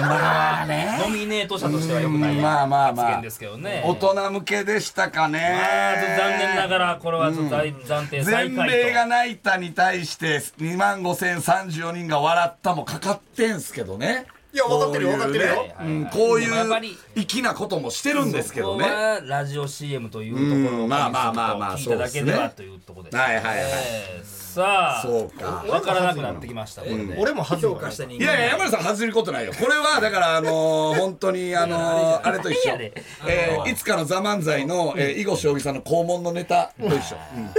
B: まあね。
A: ノミネート者としては良くない
B: うんまあまあまあ
A: 発言ですけどね。
B: 大人向けでしたかね。
A: まあちょっと残念ながらこれはちょっと大暫定最
B: 全
A: 下位と。
B: 米が泣いたに対して2万5034人が笑ったもかかってんすけどね。
E: いや、分かってるよ、分かってる
A: は
E: よ
A: い。は
B: う
A: い
B: ん、こうい
A: でもやっぱり
B: う粋なこともしてるんですけ
A: こ
B: ど
A: こ
B: ね。
A: はラジオ CM というところ
B: う
A: を
B: んまあまあまあまあ
A: 聞いただけで
B: そうですね
A: はというところですね。
B: はいはいはい
A: えーさあ、
B: そうか
A: わからなくなってきましたこれで。
E: 俺も外
C: 評
E: れ。
C: 価したた人
B: いやいや、
C: 間
B: 山田さん外れることないよ。これは、だから、あ のー本当に、あのーあれと一緒
A: いやいや。
B: えーいつかのザ・漫才の、えー囲碁将棋さんの肛門のネタと一緒。うん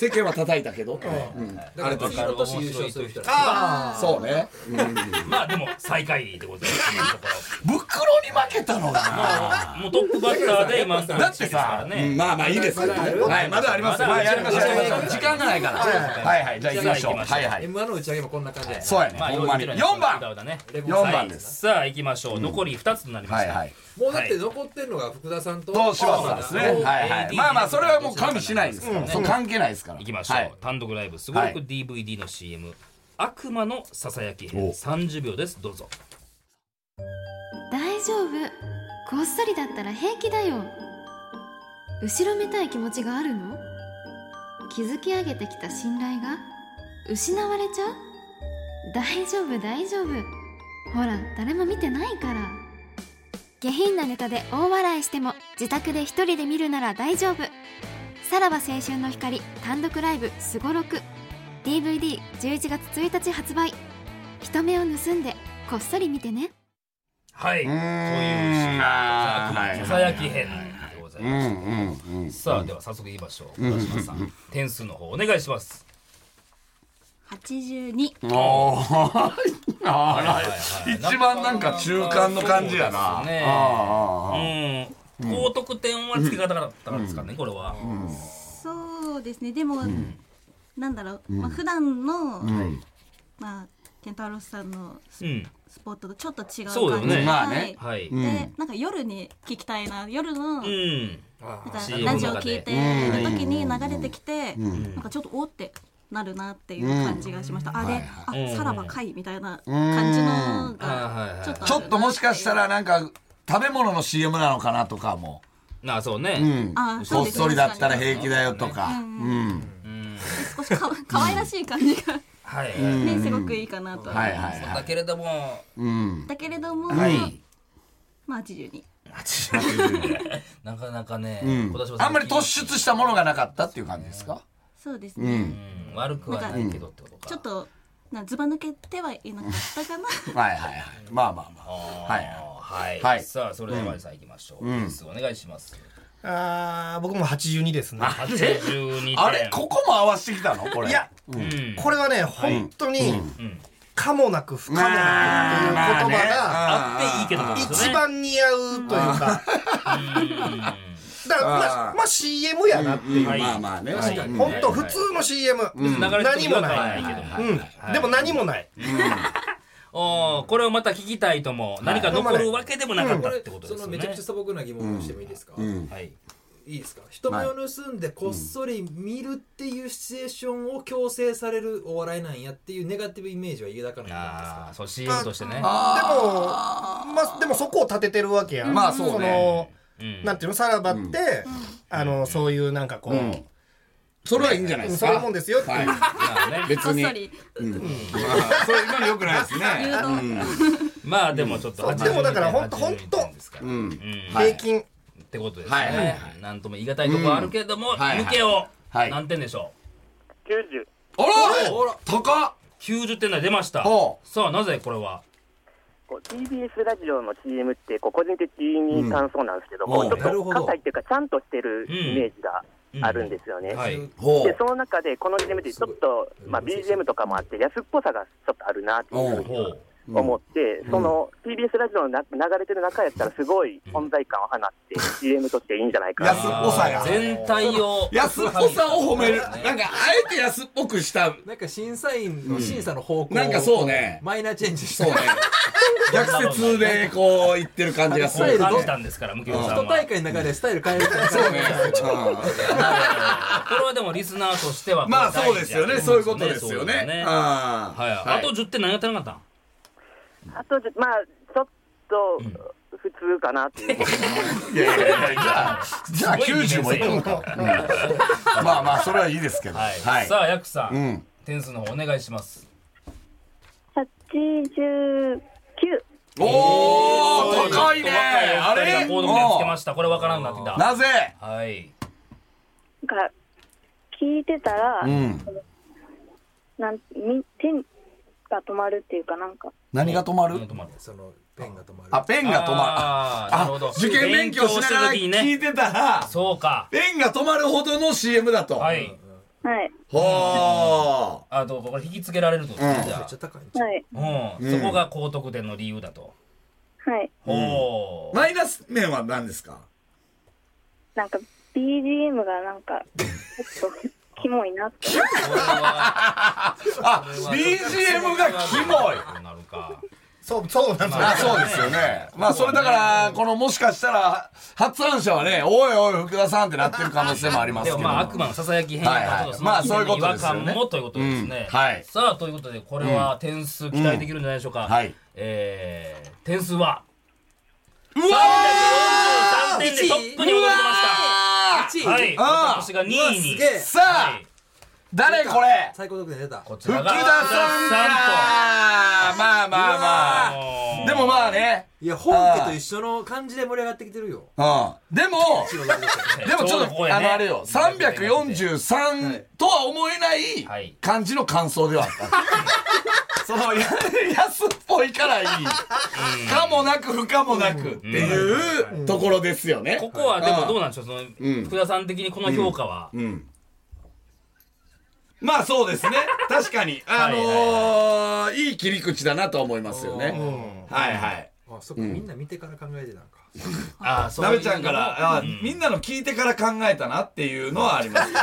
B: 世間は叩いたけど。うん
C: だから次の年優勝する人ら
B: そうね。
A: まあでも最下位ってことです今のとこ
B: 袋に負けたのがな。
A: ろ。もうトップバッターで今
B: だってさ、うんまあまあいいですよ。はい、まだありますよ。
A: ま
B: まあ
A: だあ
B: や
A: り
B: り
A: ま
B: ますしょう、やり
A: まだあり
B: ま
A: ま
B: し
A: す
B: ょう。時間がないから。はいはい、じゃあ行きましょう。
A: じゃあ行きましょう
B: はいはい。
C: M1 の打ち上げもこんな感じや
B: そうやね。
A: まあ
B: ほんまに。
A: 要するに
B: 4番
A: 歌うだね
C: レモン
B: 四
C: サ
B: 番
C: イズ
B: です
A: さあ行きましょう。残り二つになりま
B: は
A: し
B: い
A: た。
B: はい。
C: もうだって残ってるのが福田さんと
B: と柴田さんですね。
A: そうだ
B: はいは
A: そう
B: い。
A: だ
B: まあまあ、それはもう加味しないですから
A: うん
B: ね。そう関係ないですから。
A: いきましょう、
B: はい
A: 単独ライブすごろく
B: はい
A: DVD の CM、悪魔のささやき編
B: お
A: 30秒ですどうぞ
H: 大丈夫こっそりだったら平気だよ後ろめたい気持ちがあるの築き上げてきた信頼が失われちゃう大丈夫大丈夫ほら誰も見てないから下品なネタで大笑いしても自宅で一人で見るなら大丈夫さらば青春の光単独ライブすごろく DVD11 月1日発売人目を盗んでこっそり見てね
A: はい。という
B: あー
A: ささやき編でございま
B: うんうんうん
A: す。さあ、では早速言いましょう。小島さん、点数の方お願いします。
I: 82
B: おーあら、
A: はいはい
B: 一番なんか中間の感じやな。
A: そうですね
B: あーあーあ
A: うん。高得点はつけ方だったんですかね、これは。
I: そうですねでも、なんだろう、まあ普段の、
B: ーうん
I: まあケンタロウさんのス
A: うん。
I: スポットとちょっと違う感じ
A: そうだよね
I: はい
B: まあね
A: はい。
I: で、なんか夜に聞きたいな夜の、
A: うん。
I: なんか
A: CM
I: ラジオ聞いてる時に流れてきて、なんかちょっとおってなるなっていう感じがしました、あれ、
A: うん
I: あさらばかいみたいな感じの
A: はいはい
I: が
A: はい
I: ちょっとあるな
B: ちょっともしかしたらなんか食べ物の CM なのかなとかも。
A: なあ、そうね。
B: うん
I: あーそ
B: こ
I: う
B: っ
I: です
B: そりだったら平気だよとか。うん。
I: 少しかわ可愛らしい感じが、
A: はい。
I: ね、すごくいいかなと、
B: はいはいは
A: だ
B: い。
A: けれども、
B: うん。
I: だけれども、
B: はい。
I: まあ82
A: なかなかね、小田島さ
B: あんまり突出したものがなかったっていう感じですか
I: そうです
B: う
I: ね、
B: ん。
A: うん悪くはないけどってことか。
I: ちょっとなずば抜けてはいなかったかな
B: はいはいはい。まあまあまあ。はい
A: はい、
B: はい
A: さあそれではマリさん行きましょう、点数お願いします
E: あー僕も82ですね
A: 82点
B: あれここも合わせてきたのこれ。
E: いや
A: うん
E: これはね本当に
A: ん
E: 可もなく不可もなく
B: ま
E: っていう言葉
B: あ
A: あっていいけどな
E: が
A: んです
E: 一
A: よね
E: 番似合うというか
A: うん
E: だから
B: あ
E: まあ
B: ー
E: まあ CM やなっていう
A: はい
B: まあまあね。
A: はい
B: うん
E: 本当普通の CM
A: 流れて
E: 何も
A: も違和感はな
E: ないい
A: けども、
E: うんでも何もない
A: おーこれをまた聞きたいとも何か残るわけでもなかったってこと
C: そ
A: です
C: の
A: よ
C: めちゃく
A: ね
C: ちゃ、素朴な疑問をしてもいいですか、
B: うん。
A: はい、
C: いいですか人目を盗んでこっそり見るっていうシチュエーションを強制されるお笑いなんやっていうネガティブイメージは抱かないじゃないですか
A: ああそう CM としてね
E: でもまあでもそこを立ててるわけやん
B: まあそうね
E: その
A: うん
E: なんていうのさらばってあのそういうなんかこ
B: ん
E: う
B: それはいいんじゃないです
E: そういう
B: か
E: もん。ですよっていう
B: は
A: まあね
B: い。別
I: こっ
B: に。
I: そ
B: ま
I: り
B: あそれ今の良くないです
I: 誘
B: ね。
I: 導、
A: まあでもちょっと
E: そうでもだからほんと
A: 82点
E: ほんと
A: ですから
B: う
A: っ
B: ん。は
E: 平
B: い。
E: 均
A: てことですね、
B: はいはいは
A: なんとも言い難いところあるけれども、
B: んはいはい
A: 抜けを、
B: はい
A: 何点でしょう
G: 90、
B: あら
A: おら
B: 高っ
A: 90点台出ました
B: ほ
A: さあなぜこれは
G: こう TBS ラジオの CM ってこう個人的に感想なんですけど、
B: うん
G: こう
B: おう
G: ちょ
C: な
G: っ
C: る
G: と
C: ほど
G: 関西っていうかちゃんとしてるイメージがあるんですよね。
A: はい
B: ほ
G: でその中でこの CM ってちょっと、まあ、BGM とかもあって安っぽさがちょっとあるなっていうふう
A: ほ
G: に
A: う
G: 思って、その TBS ラジオのな流れてる中やったらすごい存在感を放って CM としていいんじゃないかな
B: 安っぽさが
A: 全体を
B: 安っぽさを褒める。なんか、あえて安っぽくした。
C: なんか審査員の審査の方向を
B: なんかそうね
C: マイナーチェンジし
B: そ
C: て
B: うね。逆説でこう言ってる感じがす
A: そう
B: る。
C: スタイ
A: 感
C: ル
A: じたんですから向井さんは
C: 一大会の中でスタイル変えるから
B: そうね。
A: これはでもリスナーとしては
B: うんまあそうですよね。
A: 大事
B: そうい
A: な
B: うことですよ
A: そう
B: ね。
A: は
B: あ
A: い
B: ー
A: あと10点何やってなかったん
G: あとじまあちょっと普通かなっていう、
B: いやいやいやじゃあじゃあ90もいくのか。うんまあまあ、それはいいですけど。
A: はい、
B: はい。
A: さあヤクさん、
B: うん。
A: 点数の方お願いします
F: 89
B: おー、高いね。あれ
A: がコード名つけましたこれわからんなってきた
B: なぜ
A: はい
F: が聞いてたら、
B: ん
F: なんみ手が止まるっていうかなんか
B: 何が止ま
A: 止
B: る
A: まる
C: そのペンが止まる
B: あ、ペンが止まる。
A: あーなるほど
B: あ、受験勉強しながら
A: 勉強してる時にね
B: 聞いてたら、
A: そうか
B: ペンが止まるほどの CM だと。
A: はい
F: はい
B: ほ
A: あとこれ引きつけられると、じゃ
C: めっ
A: あ
C: ちゃ高いんちゃう
F: はい
A: うんそこが高得点の理由だと、
F: はい
B: う。
A: ほ う
B: マイナス面は何ですか
F: なんか BGM がなんかちょっとキモいなって
A: これは
B: あ、BGM がキモい。
A: なるか
E: そうそうなんですよ
B: あ、そうですよね。まあ、それだから、このもしかしたら、発案者はね、おいおい、福田さんってなってる可能性もありますけ
A: で
B: ど
A: も
B: も。
A: まあ悪魔のささやき変
B: はいはい
A: 化と
B: まあそういうことですよね
A: 違和感もということですね、
B: うんはい
A: さあということでこれは点数期待できるんじゃないでしょうか、
B: はい
A: えー、点数は
B: うわ
A: 3点でトップに
B: ー
A: 戻り
C: 1位、
A: ました
B: あ
A: はい私が2位
C: うわす
A: に
C: げえ
B: さあ、誰これ
C: 最高得点出た
A: こち
B: 福
A: ら
B: 田
A: が
B: さんかまあまあまあ。
A: と
B: でもまあね。
C: いや本家と一緒の感じで盛り上がってきてるよ
B: うん。でも、
C: 白だけですよ
B: でもちょ
A: ちょう
B: っ、
A: どこことや
B: あ
A: ね
B: の、あれよ、343とは思えな
A: はいい
B: 感じの感想ではあっ た。その、や安っぽいからいい。かもなく不可もなくっていうところですよね
A: こ。こはでもどうなんでしょうその福田さん的にこの評価は
B: うん。まあそうですね。 確かに。あ
A: はい
B: のー、いい切り口だなとは思いますよね。はいはい。
C: あそっかみんな見てから考えてたんか
A: ああそ
B: な
A: うい
B: べ
A: う
B: ちゃんから、あみんなの聞いてから考えたなっていうのはあります。
A: あった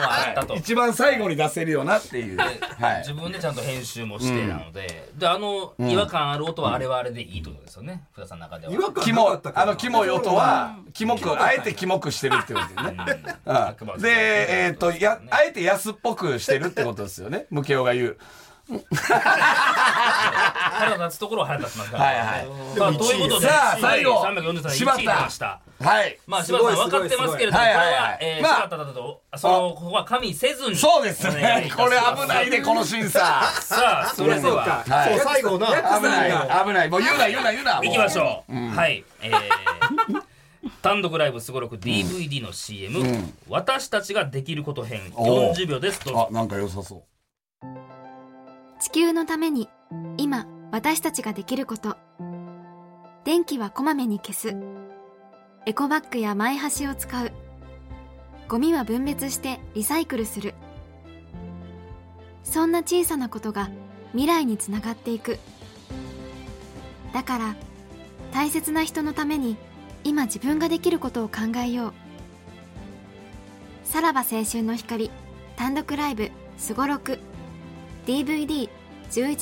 A: のはあったと
B: 一番最後に出せるよなっていう。はい
A: 自。分でちゃんと編集もしてなのでであの違和感ある音はあれはあれでいいってことですよね福田さんの中では
C: 違和感
B: キ
C: なか
B: モ
C: った、か
B: あ
C: ら
B: の、キモい音は、キモく、あえてキモくしてるってことですよね。うんで、えっと、や、あえて安っぽくしてるってことですよね。ムケオが言う。
A: 腹立つところは腹立ちますから
B: はいはい。
A: さあということで
B: さあ、最後、
A: 343
B: 柴
A: 位でし
B: 田。
A: た
B: はい。
A: まあ柴田さん分かってますけ
B: すごいすごいすご
A: れどもこれ
B: い
A: はえ
B: はい
A: ー
B: はいはいまあ
A: 柴田だとそのここは加味せずに
B: そうです
A: お願いい
B: ね
A: た。し
B: こ
A: ます
B: れ危ないね、この審査。
A: さあそれで
C: そう
A: は
C: か
B: はい
E: そう最後な
C: ヤクさ
B: 危
C: ん
B: ない、危ない。もう言うな、言うな、言うな。もう
A: 行きましょう、はいえー 単独ライブすごろく DVD の CM、私たちができること編
B: おう
A: 40秒ですどう
B: あ
A: ぞ、
B: なんか良さそう。
H: 地球のために今私たちができること電気はこまめに消すエコバッグや前端を使うゴミは分別してリサイクルするそんな小さなことが未来につながっていくだから大切な人のために今自分ができることを考えようさらば青春の光単独ライブすごろく DVD11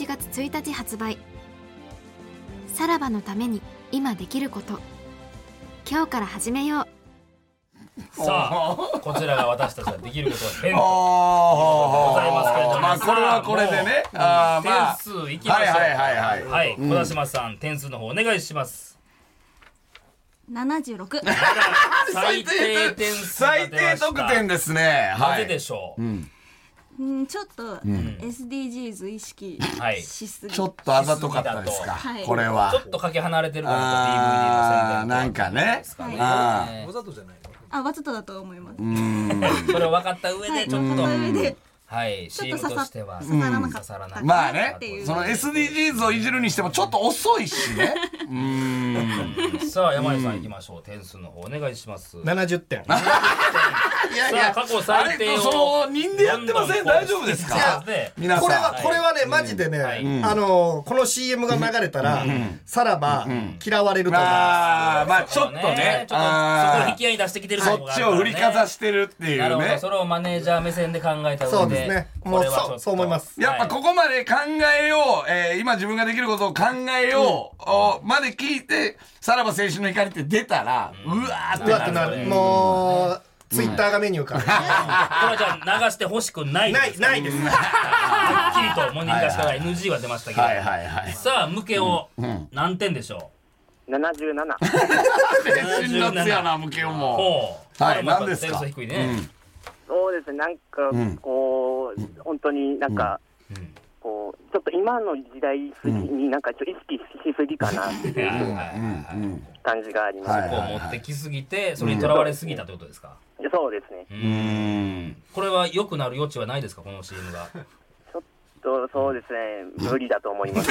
H: 月1日発売さらばのために今できること今日から始めよう
A: さあこちらが私たちができること 編
B: ああ、
A: ございますけれども
B: まあ、これはこれでね。ああ、まあ。
A: 点数いきましょう
B: はいはいはいは
A: はい小田島さん点数の方お願いします
I: 76
A: 最低点数が
B: 最
A: 出ま
B: 低
A: した
B: 得点ですね。
A: な
B: は
A: ぜ
B: い。
A: でしょう、
I: うんちょっと SDGs 意識
A: はい
I: しすぎ
B: ちょっとあざとかったですか
I: はい。
B: これ
A: ちょっ
B: は。
A: とかけ離れてるか
B: ああ、
A: なと DVD の宣伝と
B: なんかね。
I: はい
B: あ
C: わざとじゃないの
I: あわざとだと思います
A: それを分かった上
I: は
A: で
I: い
A: ちょっと、
I: その上で
A: は
I: ちょ
A: い CM
I: っと
A: と
I: 刺さ
A: しては
I: 刺さらなか
A: 刺
I: っ
A: さらな
I: た
A: い
B: あ。まあね
I: ってい。う
B: その SDGs をいじるにしてもちょっと遅いしね。うーん。
A: さあ山根さんいきましょう点数の方お願いします
E: 70点
B: いや
A: さあ過去最低を
B: あれその、人でやってません。大丈夫ですか
A: で
B: 皆さん。
E: これは、
A: い
E: これはね、マジでね、
A: はい
E: あのーこの CM が流れたら、さらば、嫌われると思いま
B: あーまあちょっとね
A: ちょっとそこを引き合いに出してきてると
B: そ
A: こ
B: っ
A: があ
B: ち
A: るか
B: を
A: らね
B: 振りかざしてるってい
A: なる
B: う
A: ほど
B: ね
A: それをマネージャー目線で考えた上で
E: そうですねもう
A: これはちょっと
E: そうそう思います
B: やっぱここまで考えよう、えー今自分ができることを考えよう、おまで聞いて、さらば青春の光って出たら、うわーっ
E: す。
B: て
E: うわ
B: な
E: って
B: る。
E: なる。もう、ツイッターがメニューから。
A: はいこれはじゃあ流してほしくない
E: な
A: で
E: い、
A: す
E: ないです。
A: はっきりとモニターから NG は出ましたけど、
B: はいはいはい。
A: さあ向けを 何点でしょ
G: 77。
B: 辛辣やな、ムケオ
A: う、
B: も。
A: ほう
B: はい
A: これもやっぱ
B: 何ですか
A: 点数低いね、
G: そうですね、なんかこう、本当になんか、こう、ちょっと今の時代になんかちょっと意識しすぎかなっていう
A: はいはいはいはい
G: 感じがあります。
B: はい
A: こう持ってきすぎてそれにとらわれすぎたってことですか、
G: そうですね。
B: うーん。
A: これは良くなる余地はないですかこの CM が
G: そうそうですね、無理だと思い ます。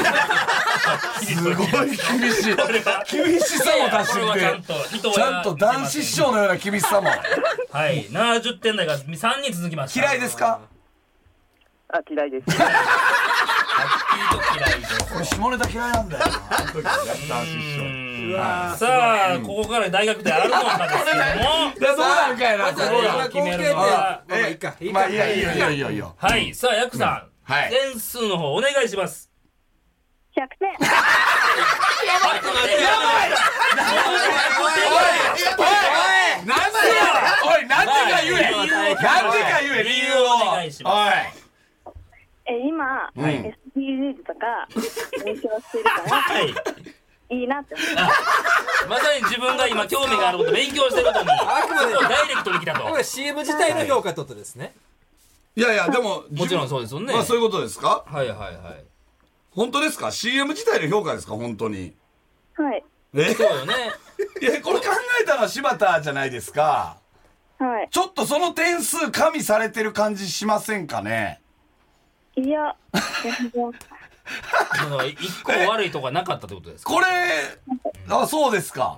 B: すごい厳しい。厳しさも出
A: これ
B: し
A: はちゃ
B: て
A: んと意図
B: て、ちゃんと男子師匠のような厳しさも。
A: はい70点台が3に続きました
B: 嫌いですか
G: あ、嫌いです。
A: はっきりと嫌いです
B: 俺下ネタ嫌いなんだよな。男子師匠。
A: さあここから大学であるのかですけ
B: そ
A: ども
B: うなんかいな、
C: わ
B: こ
C: ざ
B: こ
C: と
B: が
A: だ。
C: 今合計点はまあまあいいかいい
B: まあ
C: か
B: いいやいいよいいよいいよいいよ。
A: はいさあヤクさん、
B: はい
A: 点数の方お願いします
F: 100点
A: やばい
B: おいなんでやおいなんでか言えなんでか言え理由を
A: お願いしま
F: え今、SDGs とか勉強してるから
A: はい
F: いいなって思って
A: まさに自分が今興味があること勉強してることに
C: あくまで
A: そこをダイレクトに来たと
C: これ CM 自体の評価とってですね
B: いやいやでも
A: もちろんそうですよね
B: まあそういうことですか
A: はいはいはい
B: 本当ですか ?CM 自体の評価ですか本当に。
F: はい。
B: え
A: そうよね。
B: いや、これ考えたら柴田じゃないですか。
F: はい。
B: ちょっとその点数加味されてる感じしませんかね
F: いや、全然。
A: だから一個悪いとかなかったってこ とですか。
B: これ、あ、そうですか。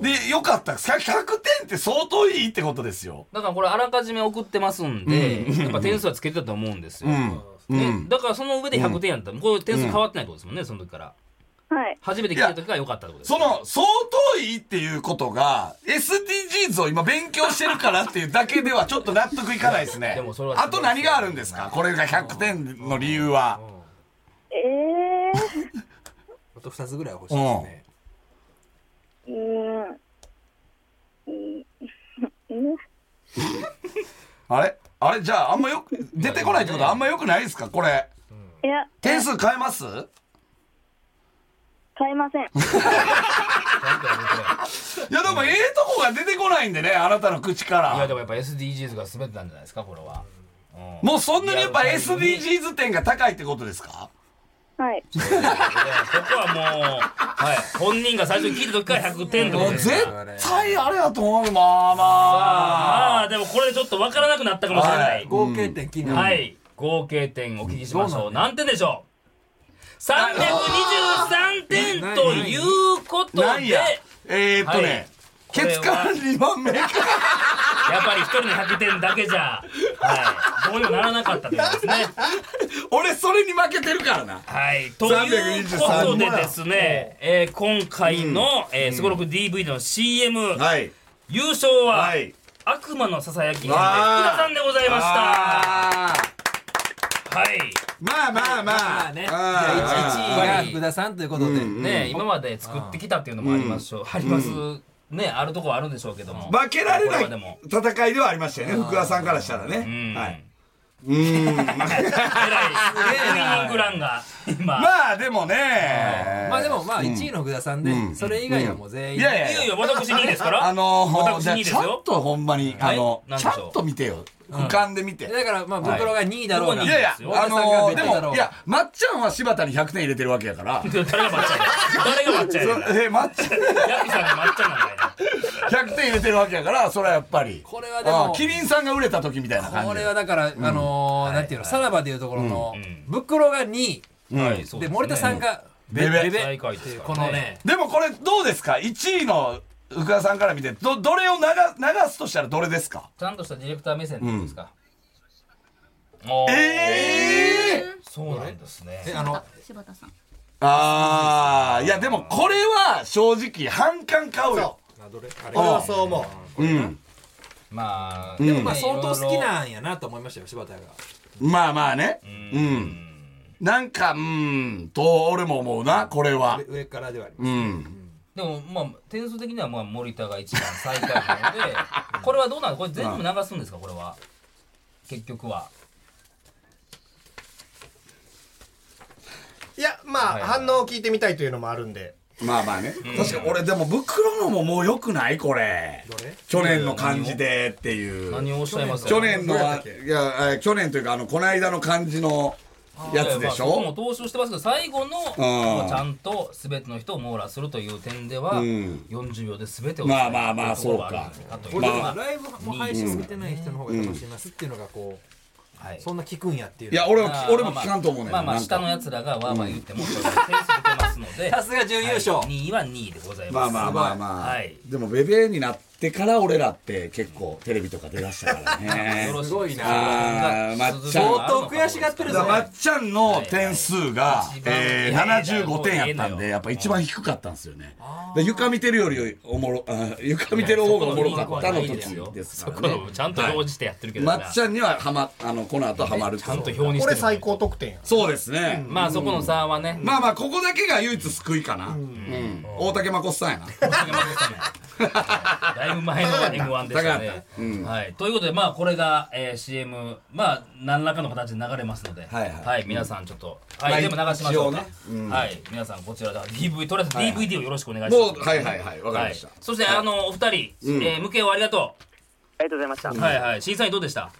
B: で、よかった。100点って相当いいってことですよ。
A: だからこれあらかじめ送ってますんで、やっぱ点数はつけてたと思うんですよ。
B: うん。う
A: ね
B: ん。
A: だからその上で100点やったら、これ点数変わってないってことですもんね、その時から。
F: はい。
A: 初めて来た時が良かったってことです
B: そ。の、相当いいっていうことが、SDGs を今勉強してるからっていうだけではちょっと納得いかないですね。
A: でもそれはすごい
B: あと何があるんですかこれが100点の理由は。
F: え
C: あと2つぐらいは欲しいですね。
F: ー、うーん。うんうん
B: あれあれじゃあ、あんまよく、出てこないってことはあんまよくないですかこれ。
F: いや、
B: 点数変えますい
F: 買いません。
B: や、でもええとこが出てこないんでね、あなたの口か
A: いや
B: ら
A: で。もやっぱ SDGs が滑ってたんじゃないですかこれは。うん
B: もうそんなにやっぱ
A: いや本当に
B: SDGs 点が高いってことですか
F: はい。
A: そこはもう、はい、本人が最初に聞いた時から100点ってことです。
B: 絶対あれだと思う。まあま
A: ま
B: あ。
A: あでもこれでちょっと分からなくなったかもしれな
B: はい
A: い。
C: 合計点気になる。
A: はい、合計点お聞きしましょう。何点でしょう ?323 点ということで、や
B: なんや。えー、っと
A: は
B: ね
A: い、
B: ケツから2番目か。
A: っぱり一人の100点だけじゃ、はい、どうにもならなかったということですね。
B: 俺それに負けてるからな。
A: はい、ということでですね、えー今回のすごろく DVD の CM、
B: はい。
A: 優勝は、
B: はい。
A: 悪魔のささやき編で福田
B: わー
A: さんでございました
B: あー
A: はい
B: まあまあまあ。
C: まあね。じ
B: うん
C: ゃあ1位が福田さんということで。
A: ね、今まで作ってきたっていうのもありますしょう、あります、ねあるとこはあるんでしょうけども
B: 負けられな
A: これまでも
B: い戦いではありましたよね、福田さんからしたら
A: うん
B: ね。は
A: 偉
B: い
A: い。
B: うーん。
A: ウイニングランが今、
B: まあでもね。
C: まあでもまあ1位の福田さんで、それ以外はもう全員。
B: いやいや
A: いよいよ私2位ですから
B: あのー、
A: 私
B: じゃあ
A: 2位で
B: ち
A: す
B: ゃん
A: よ
B: とほんまに、あの、
A: 何
B: ち
A: で
B: ゃ
A: しょうん
B: と見てよ。俯瞰で見て。
C: だからまあ袋が2位だろうが。
A: はいい
B: やいや
A: そう、
B: あ
C: ですよ
B: のー、
C: 大
B: で
C: 田さんが出たろう
B: も、いや、まっちゃんは柴田に100点入れてるわけやから。
A: 誰が抹茶や誰が抹茶やねんな
B: そえ、まっちゃん、
A: ヤクさんが抹茶なんだよな
B: 100点入れてるわけやから、それはやっぱり。
C: これはでも
B: あキリンさんが売れた時みたいな感じ。
C: これはだから、あのー、なんていうの、さらばでいうところの、袋が2位、
A: はいそう
C: で、
A: すね
C: 森田さんが、
B: ベベ
C: ベ
A: 最下位
C: っ
A: で
C: て
A: す
C: いう、
A: からね
C: このね、
B: でもこれどうですか ?1 位の福田さんから見て、ど、どれを流流すとしたらどれですか
A: ちゃんとしたディレクター目線ってことですか、おー
B: ええ
A: そうなんですね
C: えあの、
I: 柴田さん
B: あー、いやでもこれは正直反感買うよ。
E: 俺はそう思う
B: うん。
A: まあ、
B: ん
A: で
C: まあ相当好き
A: い
C: なんやなと思いましたよ、柴田が。
B: まあまあね。う
A: ろいろうん
B: ん。なんか、うん、と俺も思うな、これは
C: 上。上からではありま
B: う
C: す。
B: ん。
A: でもまあ点数的にはまあ森田が一番最下位なので これはどうなのこれ全部流すんですかこれは結局は、
E: いやま
A: はい
E: あ反応を聞いてみたいというのもあるんで
B: まあまあね。確かに俺でも袋のももう良くないこれ。去年の感じでっていう。
A: 何をおっしゃいますか
B: 去年のは、いや、え去年というか、あの、この間の感じのやつでし
A: いやいやまあ
B: ょ
A: そこも投資をしてますけど最後のもうちゃんと全ての人を網羅するという点では、
B: ん
A: 40秒で全てを
B: まあまあまあ
A: 伝えるところがあるんじゃないという
C: これで
B: まあ
C: もライブも配信見てない人の方が楽しみますっていうのがこ
A: は
C: う、
A: い
C: そんな聞くんやっていう。
B: いや、俺も
A: まあ、
B: 俺も聞かんと思うねん
A: まあまあ
B: なんか
A: 下のやつらがわーわー言っても、それで点数出ますので
C: さすが準優勝
A: はい、2位は2位でござい
B: ま
A: ま
B: あ
A: す
B: まあまあまあ、
A: はい
B: でもベベになってから俺らって結構テレビとか出だしたから ね
A: よろし
C: すごいな
B: あーまっちゃん
C: 相当悔しがってる
B: だ
C: ぞ
B: からまっちゃんの点数が、
A: はい
B: えー、75点やったんでやっぱ一番低かったんですよねで床見てるよりおもろあー床見てる方がおもろかったの時です
A: そ
B: か
A: こ
B: らね
A: をちゃんと用じてやってるけどな、
B: まっちゃんにははまあのこの後はまる
A: ちゃんと表にしてる
E: これ最高得点や
B: そうですね、
A: まあそこの差はね、
B: まあまあここだけが唯一救いかな、うん大竹まこっさんやな
A: だいぶ前の M1 でした
B: 高かっ
A: ね
B: たうん。
A: はい。ということで、まあこれが、えー、CM、まあ何らかの形で流れますので、
B: はいはい
A: 皆さんちょっと、
B: ま
A: は
B: あ
A: い、全部流しましょうか
B: 一応ねうん
A: はい。皆さんこちらだ、DV、とりあえず DVD をよろしくお願いします。
B: もうはいはいはいわかりました、
A: そして、あの、お二人、えー、向けをありがと
G: ありがとうございました。
A: う。はいはい。審査員どうでした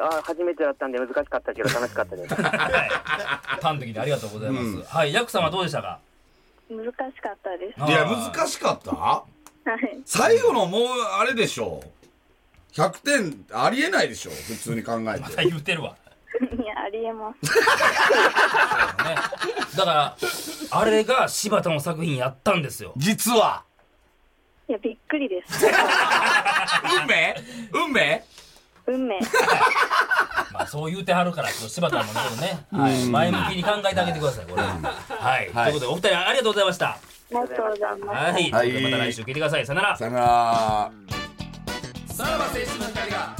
G: あ初めてだったんで難しかったけど楽しかったです。
A: 端的にありがとうございます。はい、ヤクさんはどうでしたか。
F: 難しかったで
B: い
F: す。
B: や難しかった
F: はい。
B: 最後のもうあれでしょ100点ありえないでしょ普通に考え
A: また
B: て
A: 言ってるわ。
F: いや、ありえます。
A: ね、だからあれが柴田の作品やったんですよ。
B: 実はい
F: や、びっくりです。
B: 運命運命
F: 運命。
A: まあそう言うてはるからちょっと柴田もねこれね、 はい、前向きに考えてあげてくださいこれ。はい、ということでお二人ありがとうございました。
F: ありがとうございます。
A: はい、ということでまた来週聞いてください。さよなら。
B: さよなら
A: さらば青春の光が